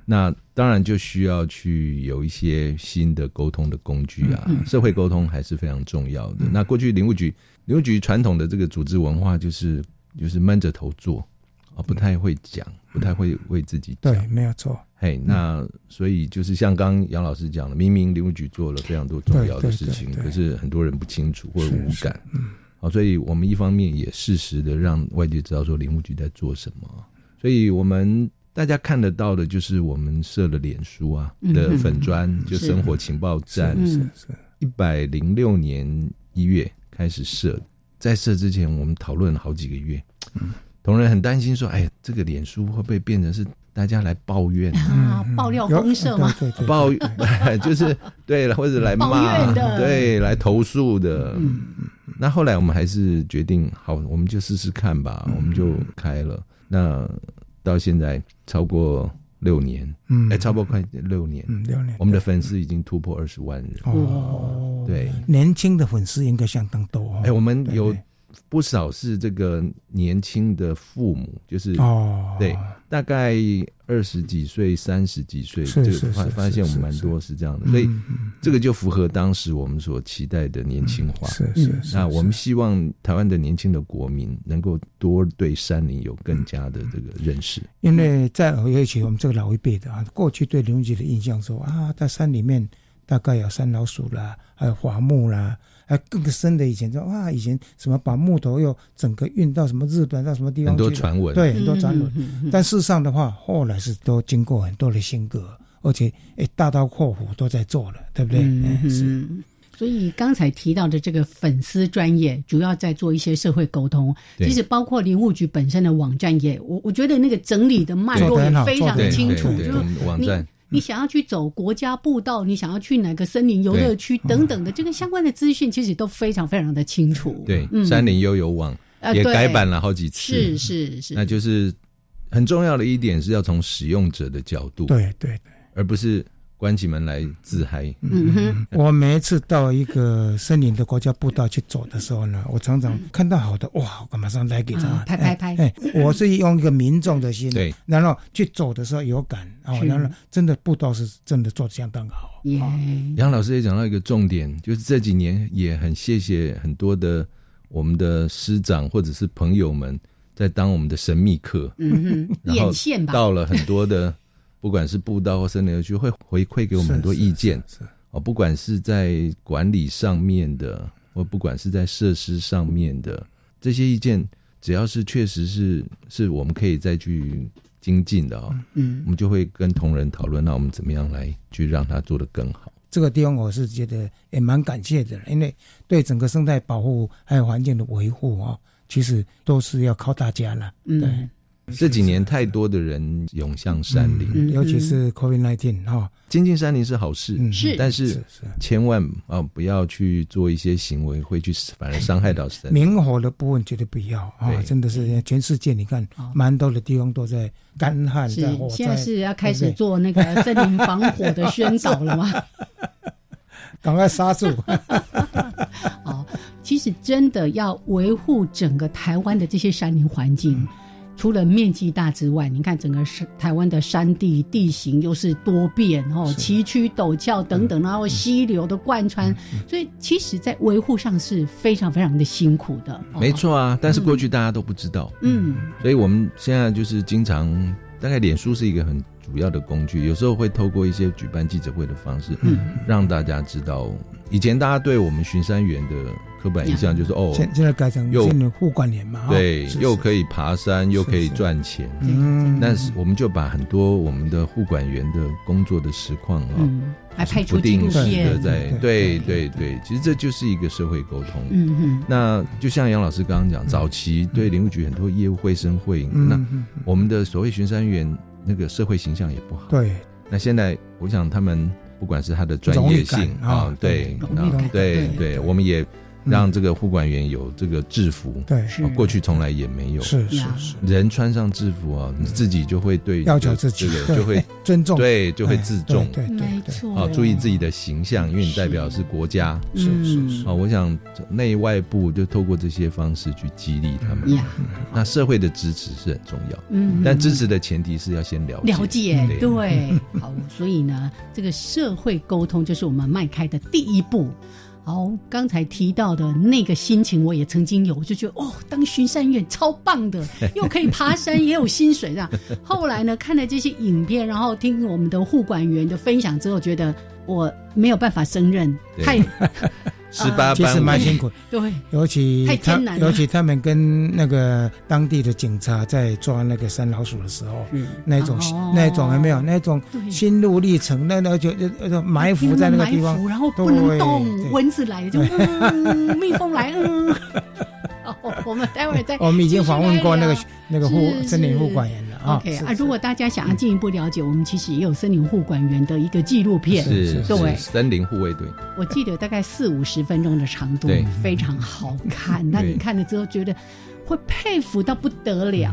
S6: 那当然就需要去有一些新的沟通的工具啊，社会沟通还是非常重要的。那过去林务局，林务局传统的这个组织文化就是就是闷着头做啊，不太会讲，不太会为自己讲
S1: 对，。没有错，
S6: 嘿，那所以就是像刚刚杨老师讲的，明明林务局做了非常多重要的事情，
S1: 对对对对
S6: 可是很多人不清楚或者无
S1: 是
S6: 感。好，所以我们一方面也适时的让外界知道说林务局在做什么，所以我们大家看得到的就是我们设了脸书啊
S2: 嗯
S6: 的
S2: 嗯
S6: 粉砖，就是生活情报站，
S2: 嗯
S1: 是是
S6: 一百零六年一月开始设，在设之前我们讨论了好几个月，
S1: 嗯
S6: 同仁很担心说，哎，这个脸书会不会变成是大家来抱怨、啊？
S2: 啊，爆料
S1: 嗯有
S2: 公社嘛，
S1: 对对对
S6: 抱 就是对了，或者来
S2: 抱
S6: 骂
S2: 怨的
S6: 对，来投诉的。
S1: 嗯
S6: 那后
S1: 嗯
S6: 来我们还是决定，好，我们就试试看吧，我们就开了。那到现在超过六年，
S1: 嗯
S6: 哎，超过快六年，
S1: 嗯六年，
S6: 我们的粉丝已经突破二十万人。
S1: 哦，
S6: 对，
S1: 年轻的粉丝应该相当多哦。
S6: 哎，我们有
S1: 对
S6: 不少是这个年轻的父母，就是
S1: 哦，
S6: 对，大概二十几岁、三十几岁，
S1: 是
S6: 这个
S1: 是
S6: 发
S1: 是
S6: 发现我们蛮多是这样的，所以
S1: 嗯嗯
S6: 这个就符合当时我们所期待的年轻化。
S2: 嗯
S1: 是是是，
S6: 那我们希望台湾的年轻的国民能够多对山林有更加的这个认识。
S1: 因为
S6: 嗯
S1: 在也许我们这个老一辈的啊，过去对林务局的印象说啊，在山里面大概有山老鼠啦，还有伐木啦，还有更深的以前说哇，以前什么把木头又整个运到什么日本到什么地方
S6: 很
S1: 去了，
S6: 多传闻，
S1: 对很多传闻。
S2: 嗯嗯嗯
S1: 但事实上的话，后来是都经过很多的辛格，而且诶大刀阔斧都在做了，对不对？
S2: 嗯
S1: 哎是
S2: 嗯所以刚才提到的这个粉丝专业，主要在做一些社会沟通，
S6: 对
S2: 其实包括林务局本身的网站也，我我觉得那个整理的脉络
S1: 做得
S2: 也
S1: 很好
S2: 非常
S1: 做得
S6: 对
S1: 很好
S2: 清楚，
S6: 对对
S2: 就是
S6: 我们网
S2: 你嗯
S6: 站
S2: 你想要去走国家步道，你想要去哪个森林游乐区等等
S6: 嗯
S2: 的这个相关的资讯，其实都非常非常的清楚。
S6: 对
S2: 嗯
S6: 山林悠游网
S2: 呃
S6: 也
S2: 对
S6: 改版了好几次
S2: 是，是是，
S6: 那就是很重要的一点是要从使用者的角度，
S1: 对对对，
S6: 而不是关起门来自嗨。
S2: 嗯哼，
S1: 我每一次到一个森林的国家步道去走的时候呢，我常常看到好的，哇，我马上来给他、
S2: 啊拍拍拍
S1: 哎，哎我是用一个民众的心，
S6: 对，
S1: 然后去走的时候有感，哦，
S2: 是
S1: 然后真的步道是真的做的相当好，
S2: 耶，嗯
S6: 杨老师也讲到一个重点，就是这几年也很谢谢很多的我们的师长或者是朋友们，在当我们的神秘客，
S2: 嗯哼，
S6: 然后
S2: 眼线吧，
S6: 到了很多的不管是步道或森林游区，会回馈给我们很多意见
S1: 是是
S6: 哦，不管是在管理上面的，或不管是在设施上面的这些意见，只要是确实是是我们可以再去精进的哦，
S2: 嗯
S6: 我们就会跟同仁讨论，那我们怎么样来去让它做得更好。
S1: 这个地方我是觉得也蛮感谢的，因为对整个生态保护还有环境的维护啊、哦，其实都是要靠大家了，对。
S2: 嗯
S6: 这几年太多的人涌向山林，
S1: 嗯
S2: 嗯
S1: 尤其是 COVID nineteen 哈、
S6: 精进山林是好事，
S1: 嗯，
S2: 是
S6: 但
S1: 是
S6: 是
S1: 是，
S6: 千万啊、不要去做一些行为会去反而伤害到山。
S1: 明火的部分绝对不要啊！
S6: 对
S1: 真的是全世界，你看
S2: 哦
S1: 蛮多的地方都在干旱，啊
S2: 是
S1: 在火
S2: 现在
S1: 灾，
S2: 是要开始做那个森林防火的宣导了吗？
S1: 赶快刹 住。
S2: 哦，其实真的要维护整个台湾的这些山林环境。
S6: 嗯
S2: 除了面积大之外，你看整个是台湾的山地地形又是多变哦，崎岖陡峭等
S6: 嗯
S2: 等，然后溪流的贯穿，所以其实在维护上是非常非常的辛苦的。哦
S6: 没，错啊，但是过去大家都不知道，
S2: 嗯
S6: 所以我们现在就是经常，大概脸书是一个很主要的工具，有时候会透过一些举办记者会的方式，
S2: 嗯，
S6: 让大家知道。以前大家对我们巡山员的刻板印象就是哦，
S1: 嗯现现在改成
S6: 又
S1: 现在护管员嘛，哈
S6: 对，
S1: 是
S6: 又
S1: 是
S6: 可以爬山，又可以
S1: 是是
S6: 赚钱。
S1: 嗯，
S6: 但是我们就把很多我们的护管员的工作的实况啊、
S2: 嗯，还拍出
S6: 不
S2: 纪录
S6: 定时的
S2: 片，
S6: 在
S1: 对
S6: 对对对，其实这就是一个社会沟通。
S2: 嗯嗯
S6: 那就像杨老师刚刚讲，早期对林务局很多业务会声会影，
S1: 嗯
S6: 那
S1: 嗯嗯
S6: 我们的所谓巡山员那个社会形象也不好。
S1: 对
S6: 那现在我想他们不管是他的专业性
S1: 荣誉感
S6: 啊
S1: 啊，
S6: 对
S1: 对，
S6: 然
S2: 荣誉
S6: 后
S2: 感
S6: 对
S2: 对
S6: 对，我们也让这个护管员有这个制服，
S1: 嗯对
S2: 是
S6: 啊过去从来也没有。
S1: 是
S2: 呀
S1: 是是，
S6: 人穿上制服啊，你自己就会对
S1: 要求自己
S6: 这个
S1: 对
S6: 就会
S1: 哎尊重，
S6: 对就会
S1: 哎
S6: 自重
S1: 对对
S2: 没
S1: 对对，
S2: 错，
S6: 啊，注意自己的形象，因为你
S2: 是
S6: 代表是国家
S1: 是
S2: 嗯
S1: 是是
S6: 啊。我想内外部就透过这些方式去激励他们。
S2: 嗯呀，
S6: 那社会的支持是很重要，
S2: 嗯，
S6: 但支持的前提是要先了解。
S2: 了解，
S6: 对
S2: 对， 好，所以呢，这个社会沟通就是我们迈开的第一步。好，刚才提到的那个心情，我也曾经有，我就觉得哦，当巡山员超棒 的，又可以爬山，也有薪水这样。后来呢，看了这些影片，然后听我们的护管员的分享之后，觉得我没有办法胜任，
S6: 对
S2: 太呃
S6: 十八
S1: 其实
S6: 般
S1: 蛮
S6: 武艺
S1: 辛苦，
S2: 对，
S1: 尤其
S2: 太
S1: 他
S2: 艰难了
S1: 尤其他们跟那个当地的警察在抓那个山老鼠的时候，
S2: 嗯，
S1: 那一种
S2: 哦
S1: 那一种有没有那一种
S2: 对
S1: 心路历程，那那就就就埋伏在那个地
S2: 埋
S1: 方
S2: 伏，然后不能
S1: 对
S2: 动，
S1: 对
S2: 蚊子来就嗯，蜜蜂来 嗯。好，我们待会儿再
S1: 哦我们已经访问过那个
S2: 继续
S1: 那个护
S2: 是
S1: 森林护管员了
S2: 来聊
S1: 啊。
S2: OK
S1: 是
S2: 啊，如果大家想要
S1: 嗯
S2: 进一步了解，我们其实也有森林护管员的一个纪录片，
S6: 是
S1: 是
S6: 是
S2: 对
S6: 是森林护卫队，
S2: 我记得大概四五十分钟的长度
S6: 对，
S2: 非常好看。那你看了之后觉得会佩服到不得了。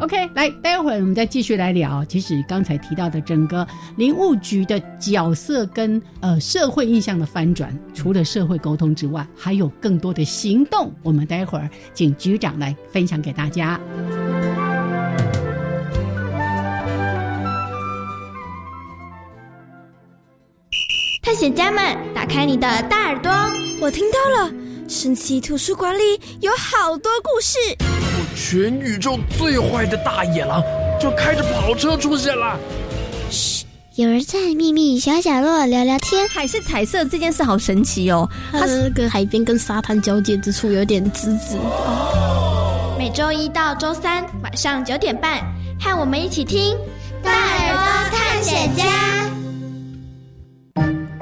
S2: OK，来，待会儿我们再继续来聊。其实刚才提到的整个林务局的角色跟呃社会印象的翻转，除了社会沟通之外，还有更多的行动。我们待会儿请局长来分享给大家。
S7: 探险家们，打开你的大耳朵，我听到了，神奇图书馆里有好多故事。
S8: 全宇宙最坏的大野狼就开着跑车出现了。
S3: 有人在秘密小角落聊聊天，
S7: 海是彩色这件事好神奇哦！
S9: 它那个海边跟沙滩交界之处有点紫紫。
S7: 每周一到周三晚上九点半，和我们一起听《
S3: 大耳朵探险家》。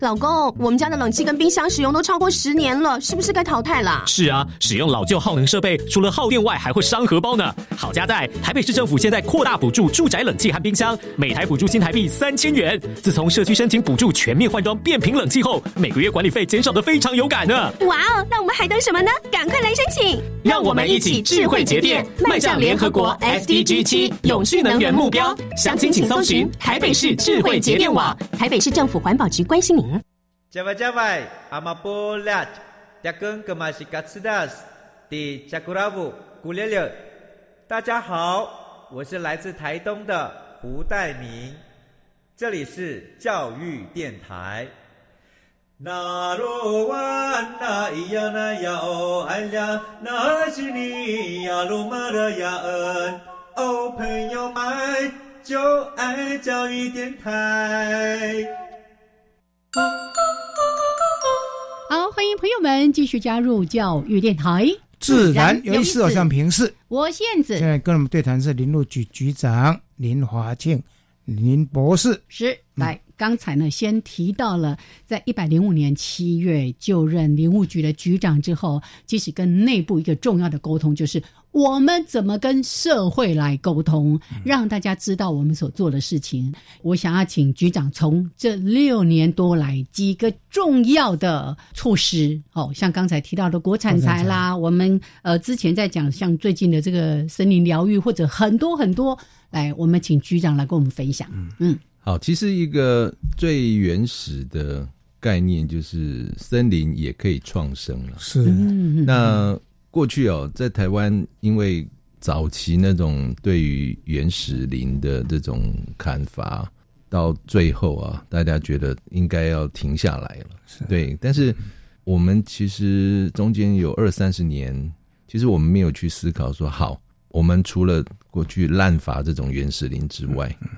S10: 老公，我们家的冷气跟冰箱使用都超过十年了，是不是该淘汰啦？
S5: 是啊，使用老旧耗能设备，除了耗电外，还会伤荷包呢。好家在台北市政府现在扩大补助住宅冷气和冰箱，每台补助新台币三千元。自从社区申请补助全面换装变频冷气后，每个月管理费减少的非常有感呢。
S10: 哇哦，那我们还等什么呢？赶快来申请！
S5: 让我们一起智慧节电，迈向联合国 SDG 七永续能源目标。详情请搜寻台北市智慧节电网。
S10: 台北市政府环保局关心您。
S11: Java Java, Amapolat, Jakun Kamashikatsidas, Di Jakurabu, Gulele。大家好，我是来自台东的胡代明，这里是教育电台。那罗哇那咿呀那呀哦哎呀，那是你呀鲁玛的呀恩哦，朋友们就爱教育电台。
S2: 好，欢迎朋友们继续加入教育电台。
S1: 自然有意思，我向平视。
S2: 我燕
S1: 现
S2: 子
S1: 在跟我们对谈是林路局局长林华庆林博士。
S2: 是来，刚才呢先提到了，在一百零五年七月就任林务局的局长之后，其实跟内部一个重要的沟通就是。我们怎么跟社会来沟通，让大家知道我们所做的事情？我想要请局长从这六年多来几个重要的措施，哦，像刚才提到的国产材啦，我们呃之前在讲像最近的这个森林疗愈或者很多很多，来，我们请局长来跟我们分享。嗯，
S6: 好，其实一个最原始的概念就是森林也可以创生了。
S1: 是，
S2: 嗯，
S6: 那过去哦，在台湾，因为早期那种对于原始林的这种砍伐，到最后啊，大家觉得应该要停下来了。
S1: 是
S6: 对，但是我们其实中间有二三十年，其实我们没有去思考说，好，我们除了过去滥伐这种原始林之外，
S2: 嗯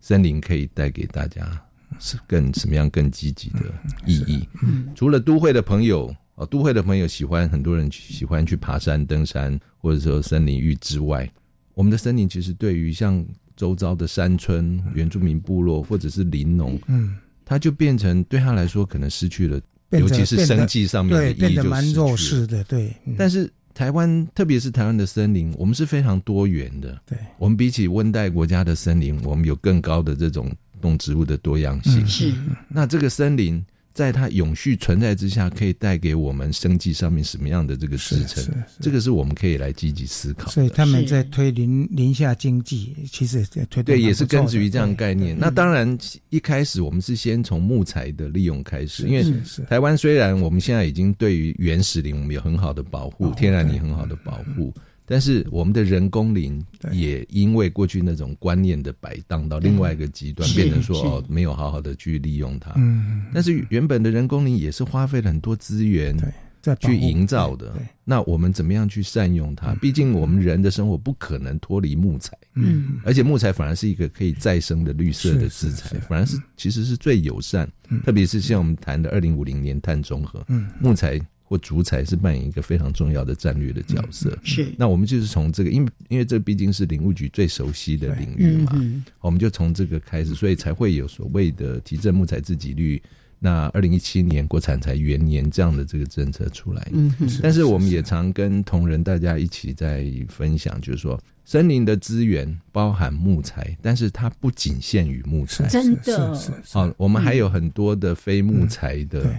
S6: 森林可以带给大家是更什么样更积极
S2: 嗯
S6: 的意义。除了都会的朋友啊、哦都会的朋友喜欢很多人去喜欢去爬山、登山，或者说森林浴之外，我们的森林其实对于像周遭的山村、原住民部落或者是林农，
S1: 嗯，
S6: 它就变成对他来说可能失去了，
S1: 变
S6: 尤
S1: 得
S6: 其是
S1: 变得
S6: 生计上面的
S1: 对，变
S6: 意义就
S1: 得蛮
S6: 失去
S1: 弱
S6: 了
S1: 势的，对。嗯
S6: 但是台湾，特别是台湾的森林，我们是非常多元的。
S1: 对，
S6: 我们比起温带国家的森林，我们有更高的这种动植物的多样性。
S1: 嗯
S2: 是
S6: 那这个森林在它永续存在之下，可以带给我们生计上面什么样的这个支撑？
S1: 是
S6: 这个是我们可以来积极思考的。
S1: 所以他们在推林林下经济，其实也推动
S6: 对，
S1: 蛮
S6: 也
S1: 不
S6: 是
S1: 错
S6: 根
S1: 的
S6: 植于这样
S1: 对
S6: 概念。那当然，一开始我们是先从木材的利用开始，因为
S1: 是是
S6: 台湾虽然我们现在已经对于原始林我们有很好的保
S1: 哦
S6: 护，天然林很好的保
S1: 嗯
S6: 护，但是我们的人工林
S1: 对
S6: 也因为过去那种观念的摆荡到另外一个极端，变成说
S2: 是
S6: 哦没有好好的去利用它。
S1: 嗯，
S6: 但是原本的人工林也是花费了很多资源
S1: 对，在保护
S6: 去营造的
S1: 对，对，嗯
S6: 那我们怎么样去善用它？毕竟我们人的生活不可能脱离木材。
S2: 嗯，
S6: 而且木材反而是一个可以再生的绿色的资
S1: 是
S6: 材
S1: 是，嗯
S6: 反而是其实是最友善，特别是像我们谈的二零五零年碳中和，
S1: 嗯
S6: 木材或主材是扮演一个非常重要的战略的角色。
S1: 嗯
S12: 是，
S6: 那我们就是从这个，因为因为这毕竟是林务局最熟悉的领域
S1: 嗯
S6: 嘛，我们就从这个开始，所以才会有所谓的提振木材自给率。那二零一七年国产材元年这样的这个政策出来，
S12: 嗯哼是
S6: 但是我们也常跟同仁大家一起在分享，就是说森林的资源包含木材，但是它不仅限于木材，
S12: 是真的是是是嗯
S6: 好，我们还有很多的非木材的、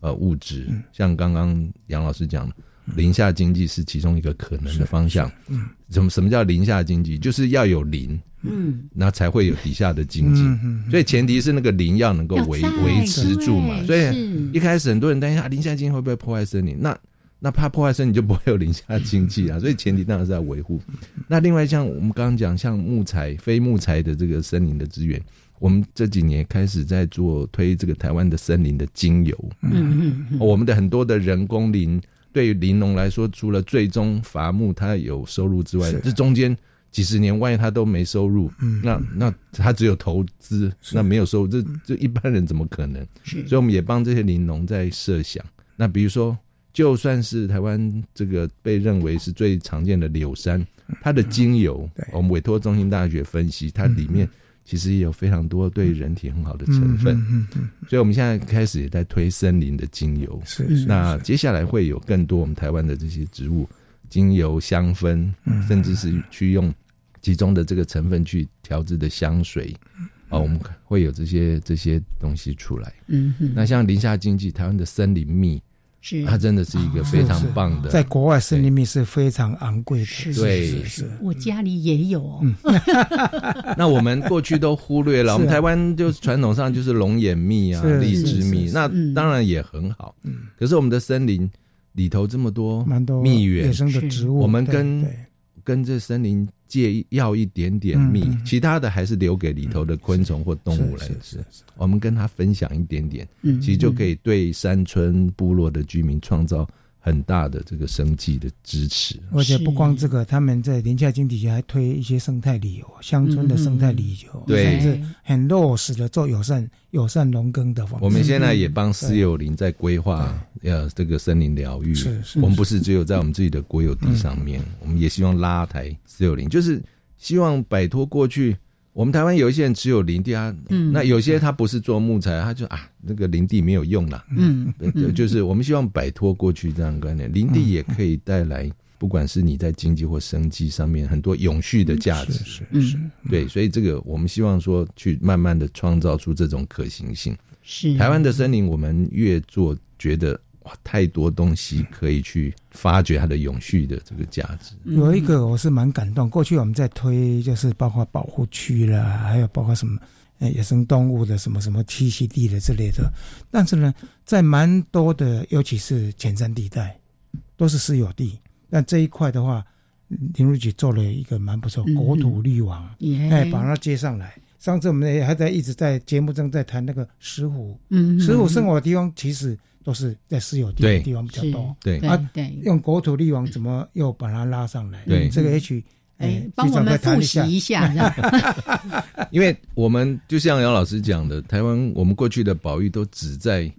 S6: 呃物质，
S12: 嗯
S6: 像刚刚杨老师讲的，林下经济是其中一个可能的方向。
S12: 嗯
S6: 什么什么叫林下经济？就是要有林，
S12: 嗯，
S6: 那才会有底下的经济。
S12: 嗯嗯嗯
S6: 所以前提是那个林要能够维
S12: 要在
S6: 维持住嘛。
S12: 对
S6: 所
S12: 是
S6: 以一开始很多人担心啊，林下经济会不会破坏森林？那那怕破坏森林就不会有林下 经济啊。所以前提当然是要维护。那另外像我们刚刚讲，像木材、非木材的这个森林的资源，我们这几年开始在做推这个台湾的森林的精油。哦
S12: 嗯嗯，
S6: 我们的很多的人工林，对于林农来说，除了最终伐木他有收入之外
S12: 是，
S6: 这中间几十年万一他都没收入，
S12: 嗯
S6: 那那他只有投资，那没有收入，这这一般人怎么可能？
S12: 是
S6: 所以我们也帮这些林农在设想。那比如说，就算是台湾这个被认为是最常见的柳杉，
S12: 嗯
S6: 它的精油，我们委托中兴大学分析，它里面其实也有非常多对人体很好的成分。
S12: 嗯嗯
S6: 所以我们现在开始也在推森林的精油，
S12: 是是
S6: 那接下来会有更多我们台湾的这些植物精油、香氛，
S1: 嗯
S6: 甚至是去用其中的这个成分去调制的香水，
S1: 嗯
S6: 啊、我们会有这些这些东西出来。
S12: 嗯哼
S6: 那像林下经济，台湾的森林蜜，
S2: 是
S6: 它真的是一个非常
S1: 是嗯是
S6: 棒的，
S1: 在国外森林蜜是非常昂贵的，是
S6: 对
S1: 是是，
S2: 我家里也有哦，
S6: 嗯那我们过去都忽略 了，
S1: 是啊
S6: 我们台湾就是传统上就是龙眼蜜啊
S1: 是、
S6: 荔枝
S1: 是是嗯
S6: 蜜
S1: 是，
S6: 那当然也很好。可是我们的森林里头这么多蛮多蜜源、
S1: 野生的植物
S6: 我们
S1: 对
S6: 跟
S1: 对
S6: 跟这森林借一要一点点蜜，
S1: 嗯嗯
S6: 其他的还是留给里头的昆虫或动物来吃。我们跟他分享一点点，
S12: 嗯
S6: 其实就可以对山村部落的居民创造很大的这个生计的支持。
S1: 而且不光这个，他们在林下经济学还推一些生态旅游，乡村的生态旅游，
S6: 对
S1: 甚至很落实的做友善友善农耕的方式。
S6: 我们现在也帮私有林在规划呃这个森林疗愈，
S1: 是嗯是
S6: 我们不是只有在我们自己的国有地上面，我们也希望拉抬私有林，就是希望摆脱过去。我们台湾有一些人只有林地啊，
S12: 嗯
S6: 那有些他不是做木材，他就啊那个林地没有用了，
S12: 嗯
S6: 呃
S12: 嗯
S6: 就是我们希望摆脱过去这样的观念，林地也可以带来，不管是你在经济或生计上面很多永续的价值，是
S2: 嗯是
S6: 对，所以这个我们希望说去慢慢的创造出这种可行性。
S2: 是
S6: 台湾的森林，我们越做觉得哇，太多东西可以去发掘它的永续的这个价值。
S2: 嗯
S1: 有一
S12: 嗯
S1: 个我是蛮感动，过去我们在推就是包括保护区啦，还有包括什么呃野生动物的什么什么栖息地的之类的，但是呢，在蛮多的，尤其是前山地带，都是私有地。那这一块的话，林如局做了一个蛮不错
S12: 嗯
S1: 国土绿网，
S12: 耶
S1: 哎，把它接上来。上次我们也还在一直在节目中在谈那个石虎，
S12: 嗯
S1: 石虎生活的地方其实都是在私有地的
S6: 对
S1: 地方比较多，
S6: 是对
S1: 啊
S2: 对，
S1: 用国土力王怎么又把它拉上来？
S6: 对
S1: 这个也许哎
S2: 嗯帮我们复习一
S1: 一
S2: 下，这样
S6: 因为我们就像姚老师讲的，台湾我们过去的保育都只在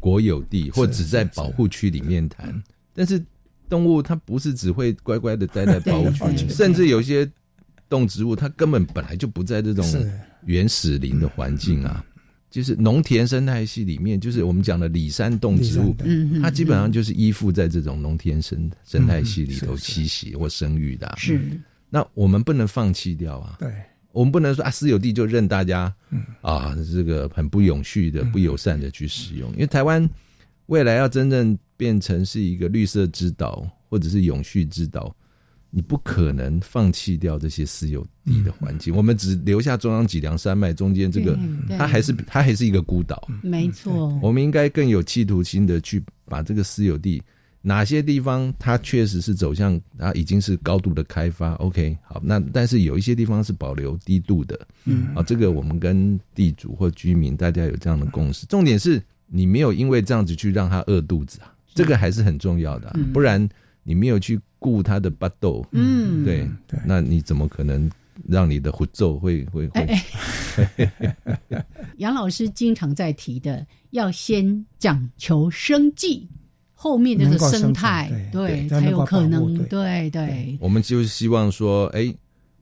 S6: 国有地或只在保护区里面谈，
S12: 嗯
S6: 但是动物它不是只会乖乖的待在保护区
S12: 对
S6: 里
S12: 对
S6: 面，甚至有一些动植物它根本本来就不在这种
S12: 是嗯
S6: 原始林的环境啊。就是农田生态系里面，就是我们讲的里山动植物
S12: 里
S2: 嗯
S12: 山动，嗯
S6: 它基本上就是依附在这种农田生生态系里头
S12: 嗯
S6: 栖息或生育的啊、
S12: 是
S6: 那我们不能放弃掉啊。
S1: 对，
S6: 我们不能说啊，私有地就任大家，
S1: 嗯
S6: 啊，这个很不永续的、不友善的去使用，因为台湾未来要真正变成是一个绿色之岛或者是永续之岛，你不可能放弃掉这些私有地的环境，我们只留下中央脊梁山脉中间这个
S2: 对，对
S6: 它还是它还是一个孤岛，
S2: 没
S12: 嗯
S2: 错，
S6: 嗯我们应该更有企图心的去把这个私有地，哪些地方它确实是走向它已经是高度的开发，OK，好，那但是有一些地方是保留低度的，
S12: 嗯
S6: 啊，这个我们跟地主或居民大家有这样的共识。重点是你没有因为这样子去让它饿肚子啊，这个还是很重要的啊、
S12: 嗯
S6: 不然你没有去顾它的巴豆，
S12: 嗯
S6: 对，那你怎么可能让你的虎咒会
S2: 哎
S6: 会
S12: 哎
S6: 会？
S2: 杨老师经常在提的，要先讲求生计，后面这个
S1: 能够
S2: 生
S1: 生
S2: 态，对，
S1: 对才
S2: 才有
S1: 能够
S2: 可
S1: 把握
S2: 能，对对，
S6: 我们就是希望说，哎、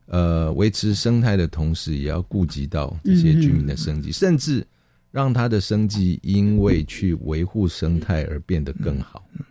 S6: 呃，维持生态的同时，也要顾及到这些居民的生计，甚至让他的生计因为去维护生态而变得更好。
S1: 嗯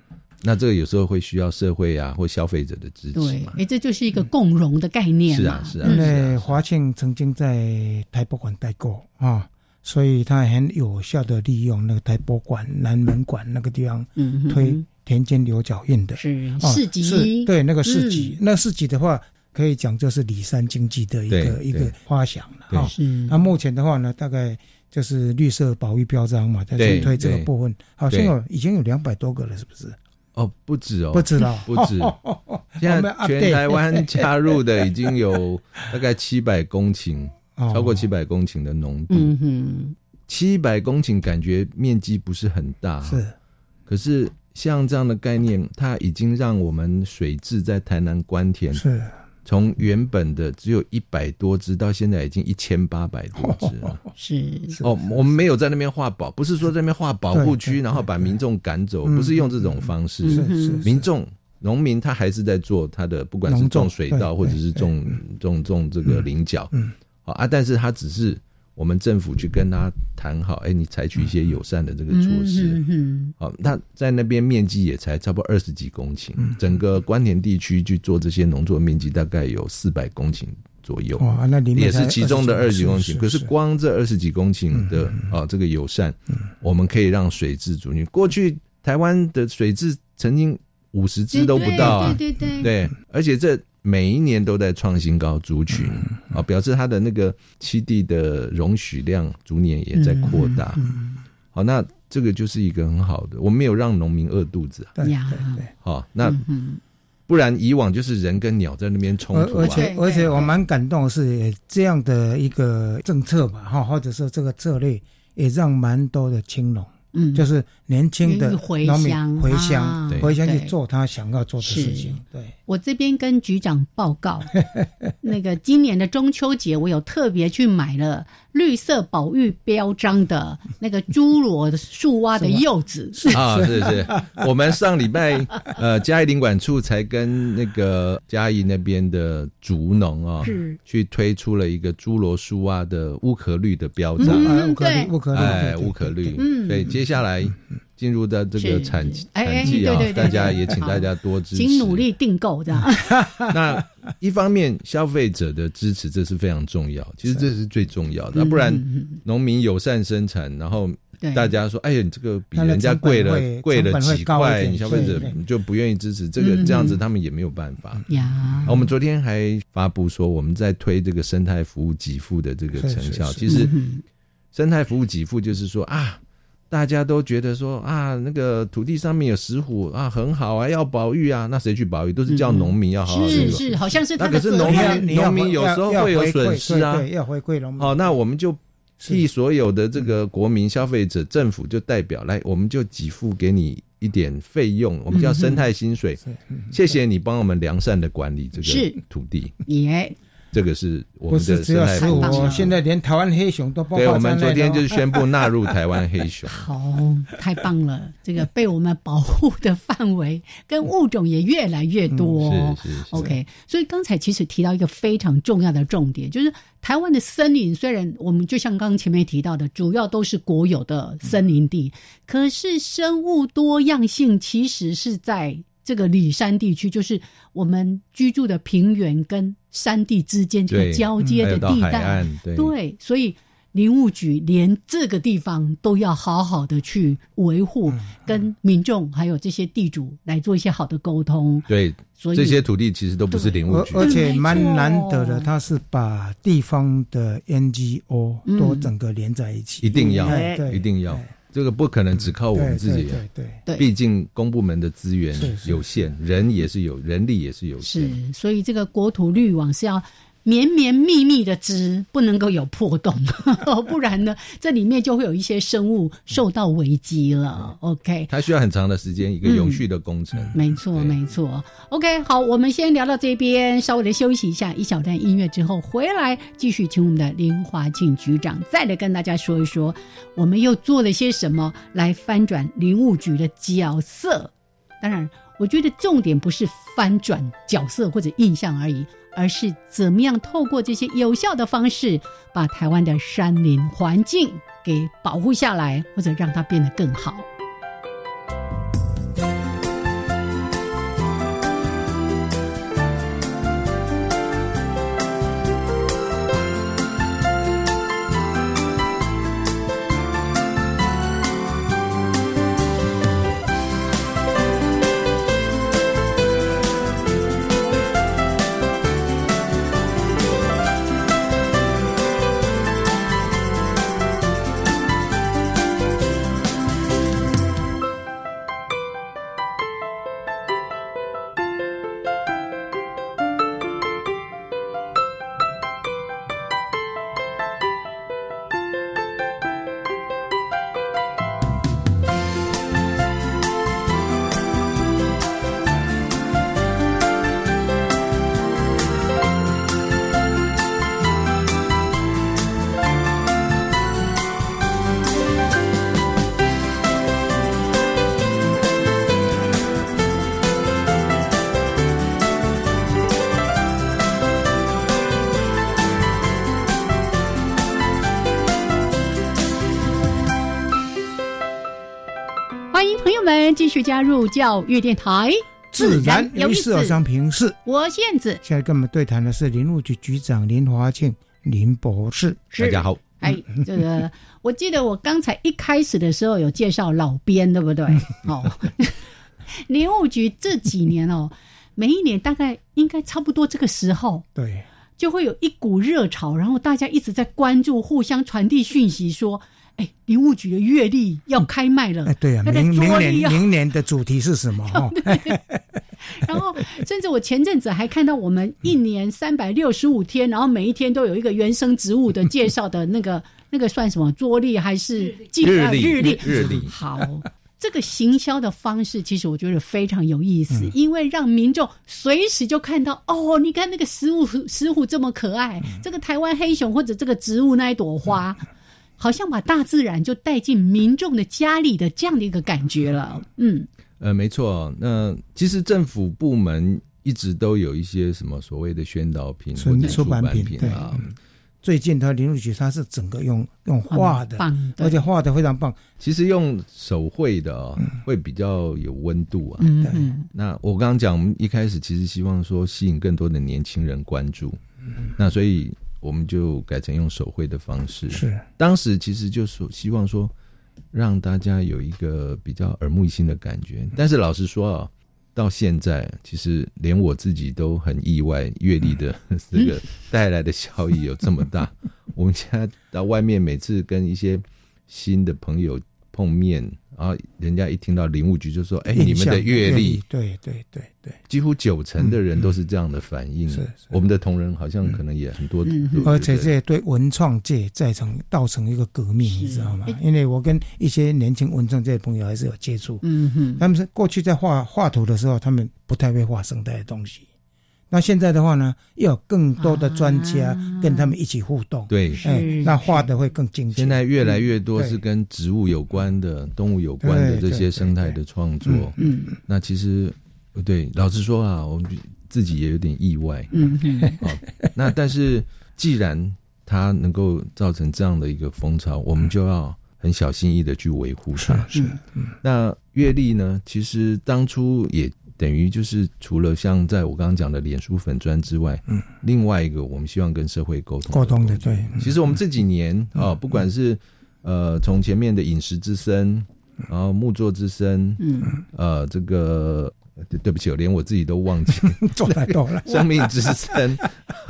S6: 那这个有时候会需要社会啊或消费者的支持。
S2: 对，哎，这就是一个共荣的概念
S6: 是
S2: 嘛
S6: 啊，，是啊，
S1: 因为华庆曾经在台博馆待过啊、所以他很有效的利用那个台博馆、南门馆那个地方
S2: 嗯哼
S1: 推田间流脚印的
S2: 是
S1: 哦
S2: 市集
S1: 是对那个市集
S2: 嗯，
S1: 那市集的话，可以讲就是里山经济的一个
S6: 对
S1: 一个
S6: 对
S1: 发想了
S6: 对
S1: 哈
S6: 是。
S1: 那目前的话呢，大概就是绿色保育标章嘛，在
S6: 对
S1: 推这个
S6: 对
S1: 部分，好像
S6: 对
S1: 有已经有两百多个了，是不是？
S6: 哦，不止哦，
S1: 不哦止了。
S6: 不止 现在
S1: 我们
S6: 全
S1: update
S6: 台湾加入的已经有大概七百公顷，
S1: 哦
S6: 超过七百公顷的农地。
S2: 嗯哼，
S6: 七百公顷感觉面积不是很大，
S1: 是，
S6: 可是像这样的概念，它已经让我们水质在台南关田
S1: 是
S6: 从原本的只有一百多只，到现在已经一千八百多只 了。
S2: 是
S6: 哦，我们没有在那边画保，不是说在那边画保护区，然后把民众赶走，
S1: 嗯
S6: 不是用这种方式。
S2: 嗯
S1: 是是是
S6: 民众农民他还是在做他的，不管是
S1: 农种
S6: 种水
S1: 对
S6: 稻或者是种种种这个菱角，
S1: 嗯，
S6: 好啊，但是他只是我们政府去跟他谈好，哎，你采取一
S1: 嗯
S6: 些友善的这个措施
S2: 嗯。哼
S6: 好，那在那边面积也才差不多二十几公顷，整个关田地区去做这些农作面积大概有四百公顷左右。
S1: 哇，哦啊那里面
S6: 也是其中的二十几公顷。
S1: 是
S6: 可是光这二十几公顷的啊，这个友善，我们可以让水质主义。过去台湾的水质曾经五十只都不到啊，
S2: 哎对对对对
S6: 对，而且这每一年都在创新高，族群啊，表示它的那个栖地的容许量逐年也在扩大。
S1: 嗯
S6: 好，那这个就是一个很好的，我们没有让农民饿肚子啊。
S2: 呀，
S6: 好，那
S2: 嗯
S6: 不然以往就是人跟鸟在那边冲
S1: 而
S2: 呃
S6: 突啊。
S1: 而且而且我蛮感动的是这样的一个政策吧，哈，或者说这个策略也让蛮多的青农，
S2: 嗯
S1: 就是年轻的
S2: 愿意回
S1: 农民
S2: 乡
S1: 回
S2: 啊
S1: 乡
S2: 对
S1: 回乡去
S2: 对
S1: 做他想要做的事
S2: 是
S1: 情，对，
S2: 我这边跟局长报 告，那个今年的中秋节，我有特别去买了绿色保育标章的那个侏罗树蛙的柚子，
S6: 啊，是是，我们上礼拜呃嘉义领管处才跟那个嘉义那边的竹农啊、
S2: 是
S6: 去推出了一个侏罗树蛙啊的乌壳绿的标章，
S1: 啊乌克
S2: 嗯对
S1: 兰乌克
S6: 哎，
S1: 兰
S6: 乌壳绿，
S2: 嗯
S6: 对，接下来进入到这个
S2: 是
S6: 产
S2: 是哎哎
S6: 产季啊
S2: 对对对，对
S6: 大家也请大家多支持。
S2: 请努力订购这样。
S6: 嗯 那一方面，消费者的支持这是非常重要，其实这是最重
S1: 嗯
S6: 要的，不
S2: 嗯
S6: 然农民友善生产，然后
S2: 对
S6: 大家说，哎呀，你这个比
S1: 它的
S6: 人家
S1: 成本
S6: 贵了
S1: 会，
S6: 贵了
S1: 嗯成本会
S6: 几
S1: 高一
S6: 块，
S1: 点
S6: 你消费者
S1: 对对
S6: 就不愿意支持这个
S2: 嗯，
S6: 这样子
S2: 嗯
S6: 他们也没有办法。
S2: 呀
S1: 嗯
S6: 啊，我们昨天还发布说，我们在推这个生态服务给付的这个
S1: 是
S6: 成
S1: 是
S6: 效。
S1: 是
S6: 其实
S2: 嗯，
S6: 生态服务给付就是说啊，大家都觉得说啊，那个土地上面有石虎啊，很好啊，要保育啊，那谁去保育？都是
S1: 嗯
S6: 叫农民要好好
S2: 是
S6: 利用。
S2: 是，好像是他
S6: 那
S2: 的
S6: 可是
S2: 责
S6: 农
S2: 任
S1: 你
S6: 民
S1: 要
S6: 农民
S1: 回
S6: 有时候
S1: 要
S6: 会有
S1: 要回
S6: 损
S1: 馈
S6: 失啊
S1: 对，对要回馈农民。
S6: 好、那我们就替所有的这个国民消费者、政府就代表来，我们就给付给你一点费用，我们叫生态薪水。
S1: 嗯
S6: 谢谢你帮我们良善的管理这
S2: 是
S6: 个土地，
S2: 也
S6: 这个是我
S1: 不
S6: 们
S1: 是
S6: 的
S1: 只
S6: 生
S1: 有
S6: 态
S1: 十
S6: 服务啊
S1: 五
S6: 计划。
S1: 哦，现在连台湾黑熊都包括
S6: 对，我
S1: 在
S6: 们
S1: 内
S6: 昨天
S1: 了
S6: 就是
S1: 哦
S6: 宣布纳入台湾 黑熊。
S2: 好，太棒了！这个被我们保护的范围跟物种也越来越多。
S1: 哦
S6: 嗯是是是
S2: OK，所以刚才其实提到一个非常重要的重点，就是台湾的森林虽然我们就像刚刚前面提到的，主要都是国有的森林地，
S6: 嗯
S2: 可是生物多样性其实是在这个里山地区，就是我们居住的平原跟山地之间这个
S6: 对嗯
S2: 交接
S6: 还
S2: 的
S6: 有到
S2: 地
S6: 海
S2: 带。
S6: 岸，对
S2: 对，所以林务局连这个地方都要好好的去维
S6: 嗯
S2: 护，跟民众还有这些地主来做一些好的沟通。
S6: 对
S2: 所以
S6: 这些土地其实都不是林务
S1: 而
S6: 局。
S1: 而且蛮难得
S2: 没
S1: 的，
S2: 错
S1: 他是把地方的 NGO
S2: 嗯
S1: 都整个连在一起，
S6: 一定要
S1: 哎对，
S6: 一定要，这个不可能只靠我们
S1: 对
S6: 自
S1: 对
S6: 己啊。
S1: 对对。
S2: 对
S6: 毕竟公部门的资源
S1: 是是
S6: 有限，人也是有，人力也是有限
S2: 是。，所以这个国土绿网是要绵绵密密的织，不能够有破洞， 不然呢，这里面就会有一些生物受到危机了。OK，
S6: 它需要很长的时间，一个
S2: 嗯
S6: 永续的工程。
S2: 没错，没错。OK，好，我们先聊到这边，稍微的休息一下，一小段音乐之后回来，继续请我们的林华庆局长再来跟大家说一说，我们又做了些什么来翻转林务局的角色。当然，我觉得重点不是翻转角色或者印象而已，而是怎么样透过这些有效的方式，把台湾的山林环境给保护下来，或者让它变得更好。欢迎朋友们继续加入教育电台，
S1: 自然有意思。我张平视。
S2: 我燕子，
S1: 现在跟我们对谈的是林务局局长林华庆林博士。
S2: 是大家好哎，这个我记得我刚才一开始的时候有介绍老编，对不对？哦， 林务局这几年哦，每一年大概应该差不多这个时候，
S1: 对，
S2: 就会有一股热潮，然后大家一直在关注，互相传递讯息说。哎，林务局的月历要开卖了，
S1: 哎，对啊，
S2: 要在
S1: 明明
S2: 桌历
S1: 年
S2: 要
S1: 明年的主题是 什么？哦哈，
S2: 然后，甚至我前阵子还看到我们一年三百六十五天，然后每一天都有一个原生植物的介绍的 那个那个算什么桌历还是记
S13: 日
S2: 啊
S13: 历
S2: 日历
S13: 日历
S2: 好。这个行销的方式，其实我觉得非常有意思，
S13: 嗯
S2: 因为让民众随时就看到哦，你看那个石虎，石虎这么可爱，
S13: 嗯
S2: 这个台湾黑熊或者这个植物那一朵花，好像把大自然就带进民众的家里的这样的一个感觉了。嗯，
S6: 呃，没错。那其实政府部门一直都有一些什么所谓的宣导品或
S1: 纯
S6: 者
S1: 出
S6: 出
S1: 版
S6: 版
S1: 品对
S6: 品啊，
S1: 嗯最近他林务局他是整个用用画的
S2: 很棒，对
S1: 而且画的非常棒。
S6: 其实用手绘的哦，会比较有温度啊。
S2: 嗯嗯
S6: 那我刚刚讲，我们一开始其实希望说吸引更多的年轻人关注，
S1: 嗯
S6: 那所以我们就改成用手绘的方式。
S1: 是，
S6: 当时其实就说希望说让大家有一个比较耳目一新的感觉。但是老实说啊，到现在其实连我自己都很意外，阅历 的这个带来的效益有这么大。我们现在到外面每次跟一些新的朋友碰面，然后人家一听到林务局就说：“哎，你
S1: 印
S6: 们
S1: 象
S6: 的阅历。”
S1: 对对对对，
S6: 几乎九成的人都是这样的反应。
S1: 是是嗯
S6: 我们的同仁好像可能也很多，对
S1: 而且这也对文创界造成造成一个革命，你知道吗？
S6: 哎
S1: 因为我跟一些年轻文创界的朋友还是有接触，
S2: 嗯哼，
S1: 他们是过去在画画图的时候，他们不太会画生态的东西。那现在的话呢，要有更多的专家跟他们一起互动，
S6: 啊对
S1: 哎
S6: 是，
S1: 那画的会更精确。
S6: 现在越来越多
S1: 嗯
S6: 是跟植物有关的、动物有关的
S1: 对
S6: 这
S1: 对
S6: 些生态的创作。
S1: 嗯
S6: 那其实对，老实说啊，我们自己也有点意 外。
S2: 嗯嗯
S6: 好，那但是既然它能够造成这样的一个风潮，我们就要很小心翼翼的去维护它。
S1: 是嗯
S6: 那阅历呢？其实当初也等于就是除了像在我刚刚讲的脸书粉砖之外，
S1: 嗯，
S6: 另外一个我们希望跟社会沟通。
S1: 沟通的，对，
S6: 其实我们这几年
S1: 嗯
S6: 啊、不管是呃从前面的饮食之声，然后木作之声，
S2: 嗯，
S6: 呃这个。对对不起，我连我自己都忘 记
S1: 做太多 了
S6: 生命之声，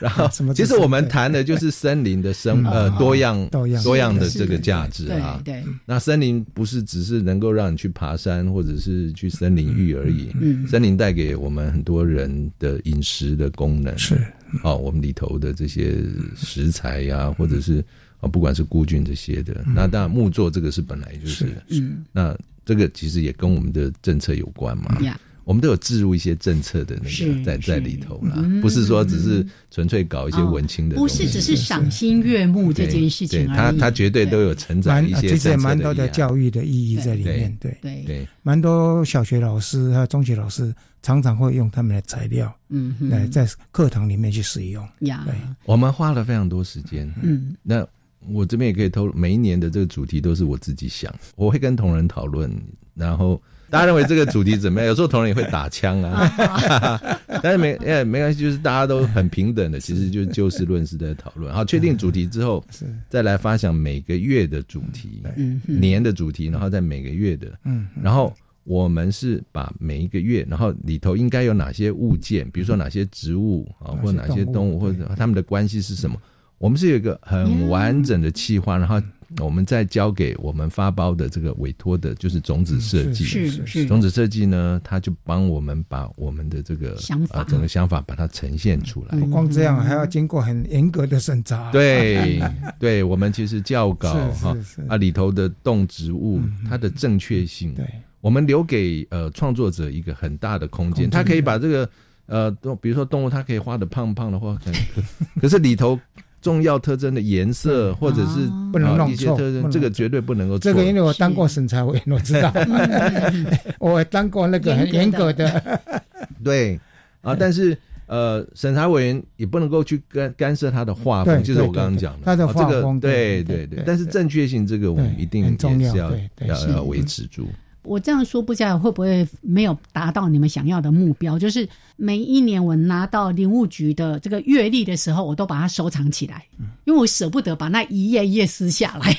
S6: 然后
S1: 什么之
S6: 其
S1: 声
S6: 实我们谈的就是森林的生
S1: 嗯
S6: 呃
S1: 哦
S6: 多样
S1: 多样
S6: 多样的
S1: 是
S6: 这
S1: 的
S6: 个价值啊。
S2: 对对
S6: 那森林不是只是能够让你去爬山或者是去森林浴而已，
S2: 嗯
S6: 森林带给我们很多人的饮食的功能
S1: 是
S6: 哦，我们里头的这些食材呀、或者是啊、哦不管是菇菌这些的，
S1: 嗯
S6: 那当然木作这个是本来就是
S1: 是
S2: 嗯
S6: 那这个其实也跟我们的政策有关嘛。
S2: 呀
S6: 我们都有置入一些政策的那
S2: 是
S6: 个在在里头啦
S2: 嗯，
S6: 不是说只是纯粹搞一些
S2: 哦
S6: 文青的
S2: 不
S6: 东西，
S2: 是只是赏心悦目这
S6: 对
S2: 件事情
S6: 对
S2: 而
S6: 他
S2: 已。
S6: 他绝对都有承载
S1: 蛮
S6: 一
S1: 啊
S6: 些
S1: 其实也
S6: 政策
S1: 蛮多
S6: 的
S1: 的
S6: 意涵
S1: 教育的意义在里
S6: 对
S1: 面，对
S2: 对
S6: 对，
S1: 蛮多小学老师还有中学老师常常会用他们的材料，
S2: 嗯哼
S1: 来在课堂里面去使用。
S2: 呀，
S6: 我们花了非常多时间。
S2: 嗯，
S6: 那我这边也可以透露，每一年的这个主题都是我自己想，我会跟同仁讨论，然后大家认为这个主题怎么样？有时候同仁也会打枪啊，但是没哎没关系，就是大家都很平等的，其实就是就事论事在讨论。好，确定主题之后，再来发想每个月的主题，
S2: 嗯哼
S6: 年的主题，然后在每个月的，
S1: 嗯嗯
S6: 然后我们是把每一个月，然后里头应该有哪些物件，比如说哪些植物啊，
S1: 哪些
S6: 或者哪些
S1: 动
S6: 动
S1: 物
S6: 物，或者它们的关系是什么，我们是有一个很完整的计划，然后我们再交给我们发包的这个委托的，就是种
S1: 嗯
S6: 子设计。
S2: 是是是
S6: 种子设计呢，它就帮我们把我们的这个
S2: 想法嗯
S6: 啊整个想法把它呈现出来。
S1: 不光这样，还要经过很严格的审查。
S6: 对
S2: 嗯
S6: 对，我们其实教稿
S1: 是嗯
S6: 哈
S1: 是是
S6: 啊里头的动植物它的正确性，对，我们留给呃创作者一个很大的空
S1: 间
S6: 间，他可以把这个呃动，比如说动物，它可以画的胖胖的话， 可能可可是里头重要特征的颜色或者是
S1: 不能
S6: 呃
S1: 弄
S6: 一些
S1: 错
S6: 特
S1: 不
S6: 征，
S1: 能
S6: 这个
S1: 弄
S6: 绝对不能够
S1: 嗯啊这
S6: 错
S1: 个因为我当过审查委员，我知道， 我当过那个很严格的，
S6: 对啊，但是呃，审查委员也不能够去干干涉他的画风，
S1: 对
S6: 就是我
S1: 对
S6: 刚刚
S1: 对
S6: 讲的
S1: 他的
S6: 哦
S1: 画风
S6: 这个
S1: 对
S6: 对对
S1: 对
S6: 对
S1: 对，
S6: 但是正确性这个我们
S1: 对
S6: 一定
S1: 很重
S6: 也是
S1: 要
S6: 要
S1: 对对
S6: 要
S1: 是
S6: 要维持住。
S2: 我这样说不知道会不会没有达到你们想要的目标？就是每一年我拿到林务局的这个月历的时候，我都把它收藏起来，因为我舍不得把那一页一页撕下来。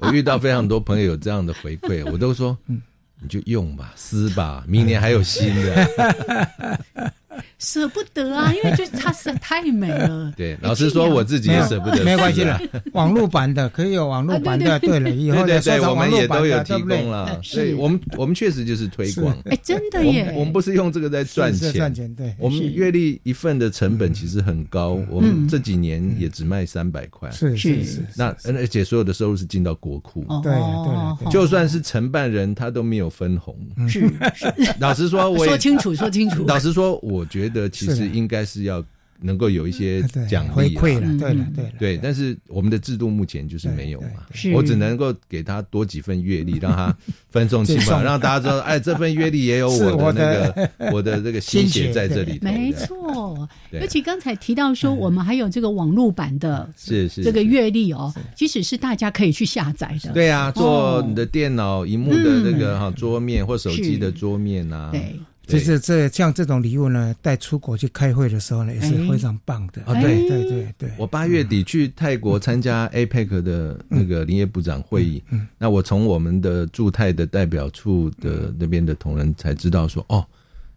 S6: 我遇到非常多朋友有这样的回馈，我都说，
S1: 嗯
S6: 你就用吧，撕吧，明年还有新
S1: 嗯
S6: 的。。
S2: 舍不得啊，因为就是它实在太美了
S6: 对，老师说我自己也舍不得， 啊
S1: 没有关系了，网络版的可以有网络版的，啊对了，以后
S6: 对
S1: 再收
S6: 对对，我
S1: 藏网
S6: 们
S1: 络
S6: 也
S1: 版
S6: 都有
S1: 的，
S6: 提
S1: 对不
S6: 供
S1: 对？嗯
S6: 了，
S1: 是
S6: 所以我们我们确实就是推广。
S2: 哎，真的
S6: 我们我
S2: 耶，
S6: 们不是用这个在赚
S1: 是
S6: 钱，
S1: 是嗯赚钱对
S6: 我们月历一份的成本其实很高，我们这几年也只卖三百块，
S1: 嗯是是是，
S6: 那而且所有的收入是进到国库，
S2: 哦
S1: 对了对了对了，
S6: 就算是承办人他都没有分红。
S1: 嗯
S2: 是是，
S6: 老实说，我也
S2: 哦说清楚， 说清楚。
S6: 老实说，我觉得其
S1: 是
S6: 实
S1: 的
S6: 应该是要能够有一些
S1: 对
S6: 奖
S1: 回
S6: 励啊
S1: 馈了，对了对了，
S6: 对，但是我们的制度目前就是没有嘛
S1: 对对对，
S6: 我
S1: 是
S6: 只能够给他多几份 阅历，让他分送
S1: 自
S6: 起码
S1: 送
S6: 让大家知道，哎，这份阅历也有
S1: 是
S6: 我的
S1: 我的
S6: 那个我的这个心
S1: 心
S6: 血
S1: 血
S6: 在这里头，
S2: 没错，
S6: 对
S2: 尤其刚才提到说，我们还有这个网络版的
S6: 是是
S2: 这个
S6: 是
S2: 阅历哦，即使是大家可以去下载的，
S6: 对啊，做
S2: 哦
S6: 你的电脑荧幕的那
S1: 嗯
S6: 个哈桌面或手机的桌面啊，
S2: 对，
S1: 其实这像这种礼物呢，带出国去开会的时候呢，也是非常棒的
S6: 哎
S1: 哎
S6: 啊对
S1: 对对对，
S6: 我八月底去泰
S1: 嗯
S6: 国参加 APEC 的那个林业部长会议，
S1: 嗯
S6: 那我从我们的驻泰的代表处的那边的同仁才知道说，哦，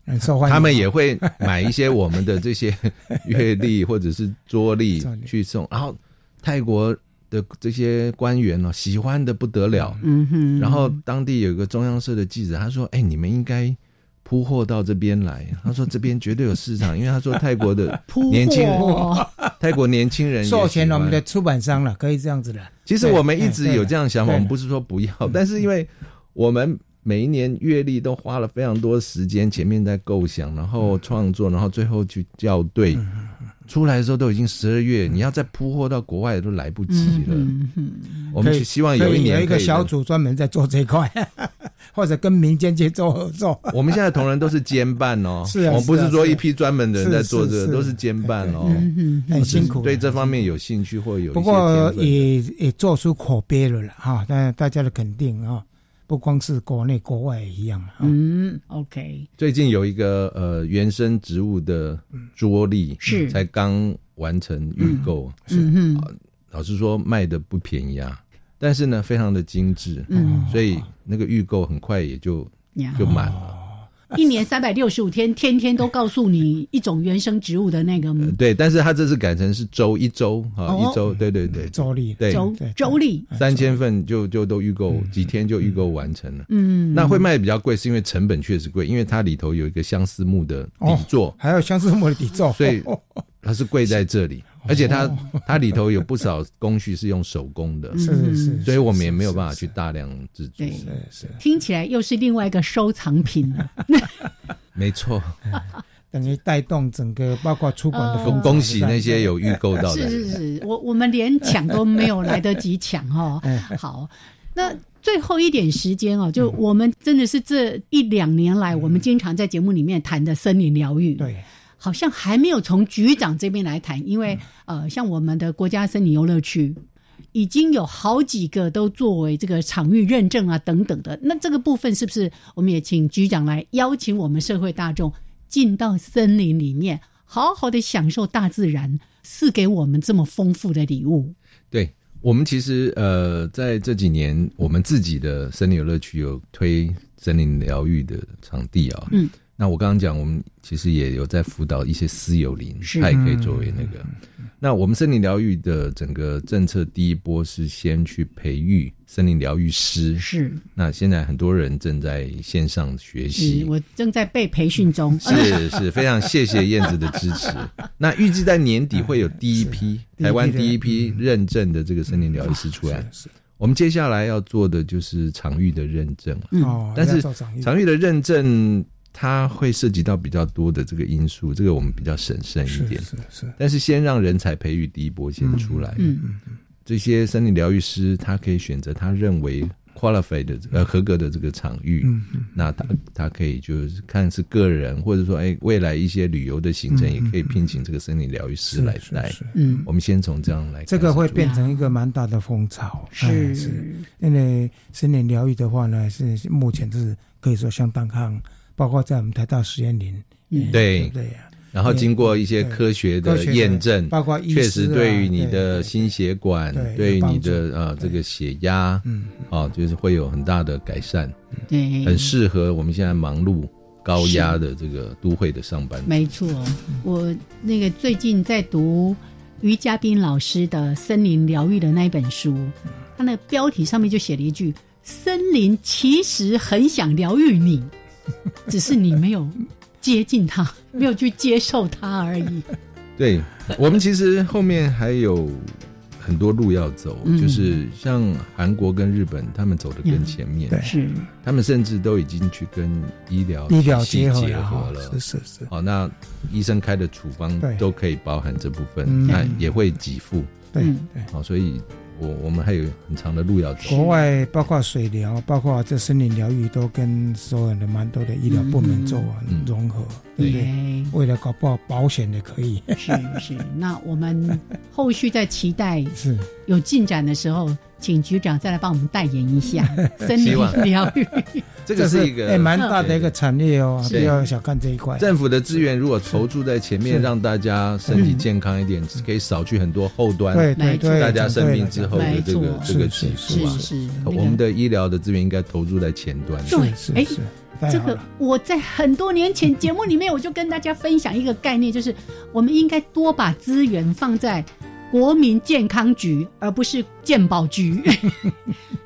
S1: 很受嗯欢迎。啊
S6: 他们也会买一些我们的 这些月历或者是桌历去送，然后泰国的这些官员哦喜欢的不得了，
S2: 嗯哼，
S6: 然后当地有一个中央社的记者，他说：“哎，你们应该铺货到这边来。”他说：“这边绝对有市场，因为他说泰国 的
S1: 铺货
S6: 年轻人，泰国年轻人也喜欢
S1: 授权我们的。出版商了，可以这样子的。
S6: 其实我们一直有这样的想法，
S1: 对嗯
S6: 我们不是说不要，但是因为我们每一年阅历都花了非常多时间，前面在构想，然后创
S1: 嗯
S6: 作，然后最后去校对。”出来的时候都已经十二月，你要再铺货到国外都来不及了。
S2: 嗯
S6: 我们
S1: 可以
S6: 希望
S1: 可
S6: 有一
S1: 以有
S6: 年
S1: 一个
S6: 可以
S1: 小组专门在做这一块， 或者跟民间去做合作。
S6: 我们现在同仁都是兼办哦，
S1: 是啊
S6: 我们不
S1: 是啊
S6: 是说
S1: 是啊
S6: 一批专门的人在做这
S1: 是
S6: 个，
S1: 是是
S6: 都是兼办哦
S1: 对对嗯，嗯很辛苦
S6: 对这方面有兴趣或有一些
S1: 不过
S6: 天分
S1: 也也做出口碑了啦，哈，那大家的肯定啊，哈不光是国内国外也一样嘛。啊哈
S2: 嗯，OK，
S6: 最近有一个呃原生植物的桌历
S2: 嗯是
S6: 才刚完成预购，
S2: 嗯
S6: 哼，老实说卖的不便宜啊，但是呢非常的精致，
S2: 嗯哦
S6: 所以那个预购很快也就
S2: 呀
S6: 就满了。
S2: 一年三百六十五天，天天都告诉你一种原生植物的那个
S6: 呃对，但是他这次改成是周一周啊，
S2: 哦
S6: 一周，对对对，
S1: 周历
S6: 对
S2: 周周历，
S6: 三千份就就都预购，几天就预购完成了。
S2: 嗯
S6: 那会卖得比较贵，是因为成本确实贵，因为它里头有一个相思木的底座，
S2: 哦
S1: 还有相思木的底座，
S6: 所以它是贵在这里。
S2: 哦
S6: 而且它它里头有不少工序是用手工的，
S2: 是是是
S6: 嗯所以我们也没有办法去大量制作
S2: 对，，听起来又是另外一个收藏品了。
S6: 没错，
S1: 等于带动整个包括出版的风
S6: 恭
S1: 潮
S6: 哦恭喜那些有预购到
S2: 哦是
S6: 的，哎
S2: 是是，我我们连抢都没有来得及抢 哦。
S6: 哎
S2: 好，那最后一点时间哦，就我们真的是这一两年来，我们经常在节目里面谈的森林疗愈，
S1: 对，
S2: 好像还没有从局长这边来谈，因为呃，像我们的国家森林游乐区。已经有好几个都作为这个场域认证啊等等的，那这个部分是不是我们也请局长来邀请我们社会大众进到森林里面，好好的享受大自然赐给我们这么丰富的礼物？
S6: 对我们其实呃，在这几年，我们自己的森林游乐区有推森林疗愈的场地啊、
S2: 嗯，
S6: 那我刚刚讲，我们其实也有在辅导一些私有林，
S2: 是嗯
S6: 它也可以作为那个。那我们森林疗愈的整个政策，第一波是先去培育森林疗愈师，
S2: 是。
S6: 那现在很多人正在线上学习，
S2: 嗯，我正在被培训中，
S6: 是是，非常谢谢燕子的支持。那预计在年底会有第一批
S2: 是
S6: 台湾
S2: 第
S6: 第一批认证的这个森林疗愈师出来。我们接下来要做的就是场域的认证
S1: 嗯哦
S6: 但
S1: 要
S6: 是
S1: 做场域
S6: 场域的认证它会涉及到比较多的这个因素，这个我们比较审慎一点。
S1: 是是
S6: 但是先让人才培育第一波先出来。
S2: 嗯嗯
S6: 这些森林疗愈师，他可以选择他认为 qualified 的呃合格的这个场域，
S1: 嗯
S6: 那他他可以就是看是个人，或者说哎未来一些旅游的行程
S1: 嗯
S6: 也可以聘请这个森林疗愈师来带。
S1: 嗯
S2: 哦
S6: 我们先从这样来开始
S1: 这
S6: 做，
S1: 个会变成一个蛮大的风潮，
S2: 是
S1: 哎是，
S2: 嗯
S1: 因为森林疗愈的话呢，是是目前是可以说相当夯，包括在我们台大实验林，哎
S2: 嗯
S6: 对
S1: 对
S6: 然后经过一些
S1: 对
S6: 科学
S1: 科
S6: 的
S1: 学的
S6: 验证，
S1: 包括医师啊
S6: 确实对于你
S1: 对
S6: 的心血管
S1: 对，
S6: 对于
S1: 有
S6: 你
S1: 帮助
S6: 的呃这个血压，
S1: 嗯，
S6: 哦，就是会有很大的改善，
S2: 对，
S6: 很适合我们现在忙碌高压的这个都会的上班族。
S2: 没错，我那个最近在读于嘉宾老师的《森林疗愈》的那一本书，
S6: 嗯
S2: 他那个标题上面就写了一句：“森林其实很想疗愈 你，只是你没有接近它，没有去接受它 而已。
S6: 对我们其实后面还有很多路要走，
S2: 嗯
S6: 就是像韩国跟日本，他们走得更前面，
S1: 对
S2: 是
S6: 他们甚至都已经去跟医疗
S1: 医疗
S6: 体系
S1: 结合
S6: 结
S1: 了
S6: 合
S1: 哈
S6: 了，
S1: 是是是
S6: 哦，那医生开的处方
S1: 对
S6: 都可以包含这部分，
S1: 嗯
S6: 那也会给付，
S1: 对
S2: 嗯
S1: 对，
S6: 好、所以我我们还有很长的路要走。
S1: 国外包括水疗，包括这森林疗愈，都跟所有的蛮多的医疗部门做
S6: 嗯
S1: 融合，对不
S2: 对？
S1: 为了搞不好保险也可以，
S2: 是是，那我们后续在期待
S1: 是
S2: 有进展的时候，请局长再来帮我们代言一下森林
S6: 希望
S2: 疗愈。
S6: 这个是一个
S1: 哎蛮大的一个产业哦，不
S6: 是
S1: 要小看这一块。
S6: 政府的资源如果投注在前面，
S1: 是嗯
S6: 让大家身体健康一点，可以少去很多后端，
S1: 对对对
S6: 大家生病之后的这
S1: 没
S6: 个
S1: 错
S6: 这个
S1: 是
S6: 给付啊
S2: 是是是，那个
S6: 我们的医疗的资源应该投注在前端。
S2: 对，哎，
S1: 太
S2: 这
S1: 好
S2: 个我在很多年前节目里面我就跟大家分享一个概念，就是我们应该多把资源放在国民健康局，而不是健 保局，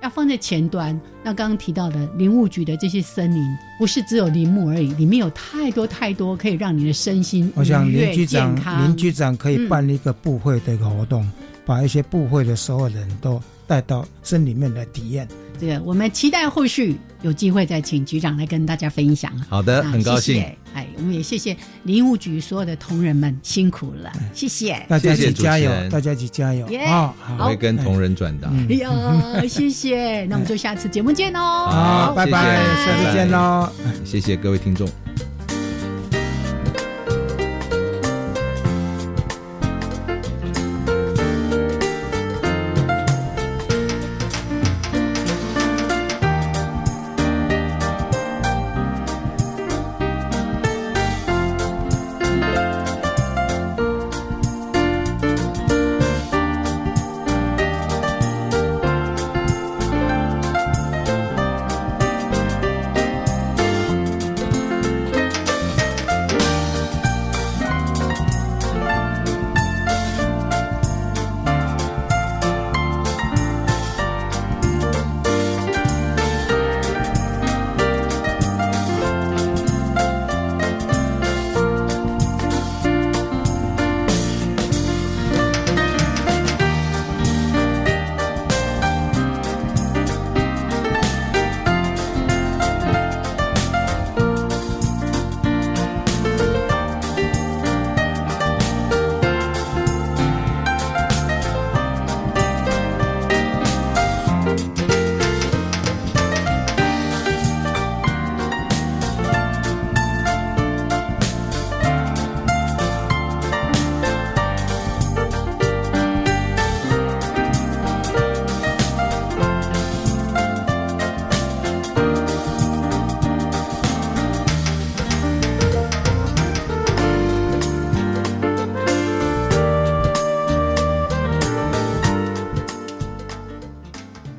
S2: 要放在前端。那刚刚提到的林务局的这些森林，不是只有林木而已，里面有太多太多可以让你的身心
S1: 我想
S2: 愉悦
S1: 林局长
S2: 健康
S1: 林局长可以
S2: 嗯
S1: 办一个部会的一个活动，把一些部会的所有人都带到森里面来体验。
S2: 这个我们期待后续有机会再请局长来跟大家分享啊。
S6: 好
S1: 呃
S6: 的
S2: 那
S6: 很高
S2: 谢谢
S6: 兴
S2: 哎，我们也谢谢林务局所有的同仁们辛苦了，
S1: 哎
S2: 谢谢
S1: 大家一起
S6: 谢谢主持人
S1: 加油，大家一起加油
S2: 耶
S1: 啊！
S6: 我会跟同仁转达。
S2: 哎呀，谢谢，那我们就下次节目见哦。
S1: 好，拜拜，
S6: 谢谢
S1: 下次见喽。
S6: 谢谢各位听众。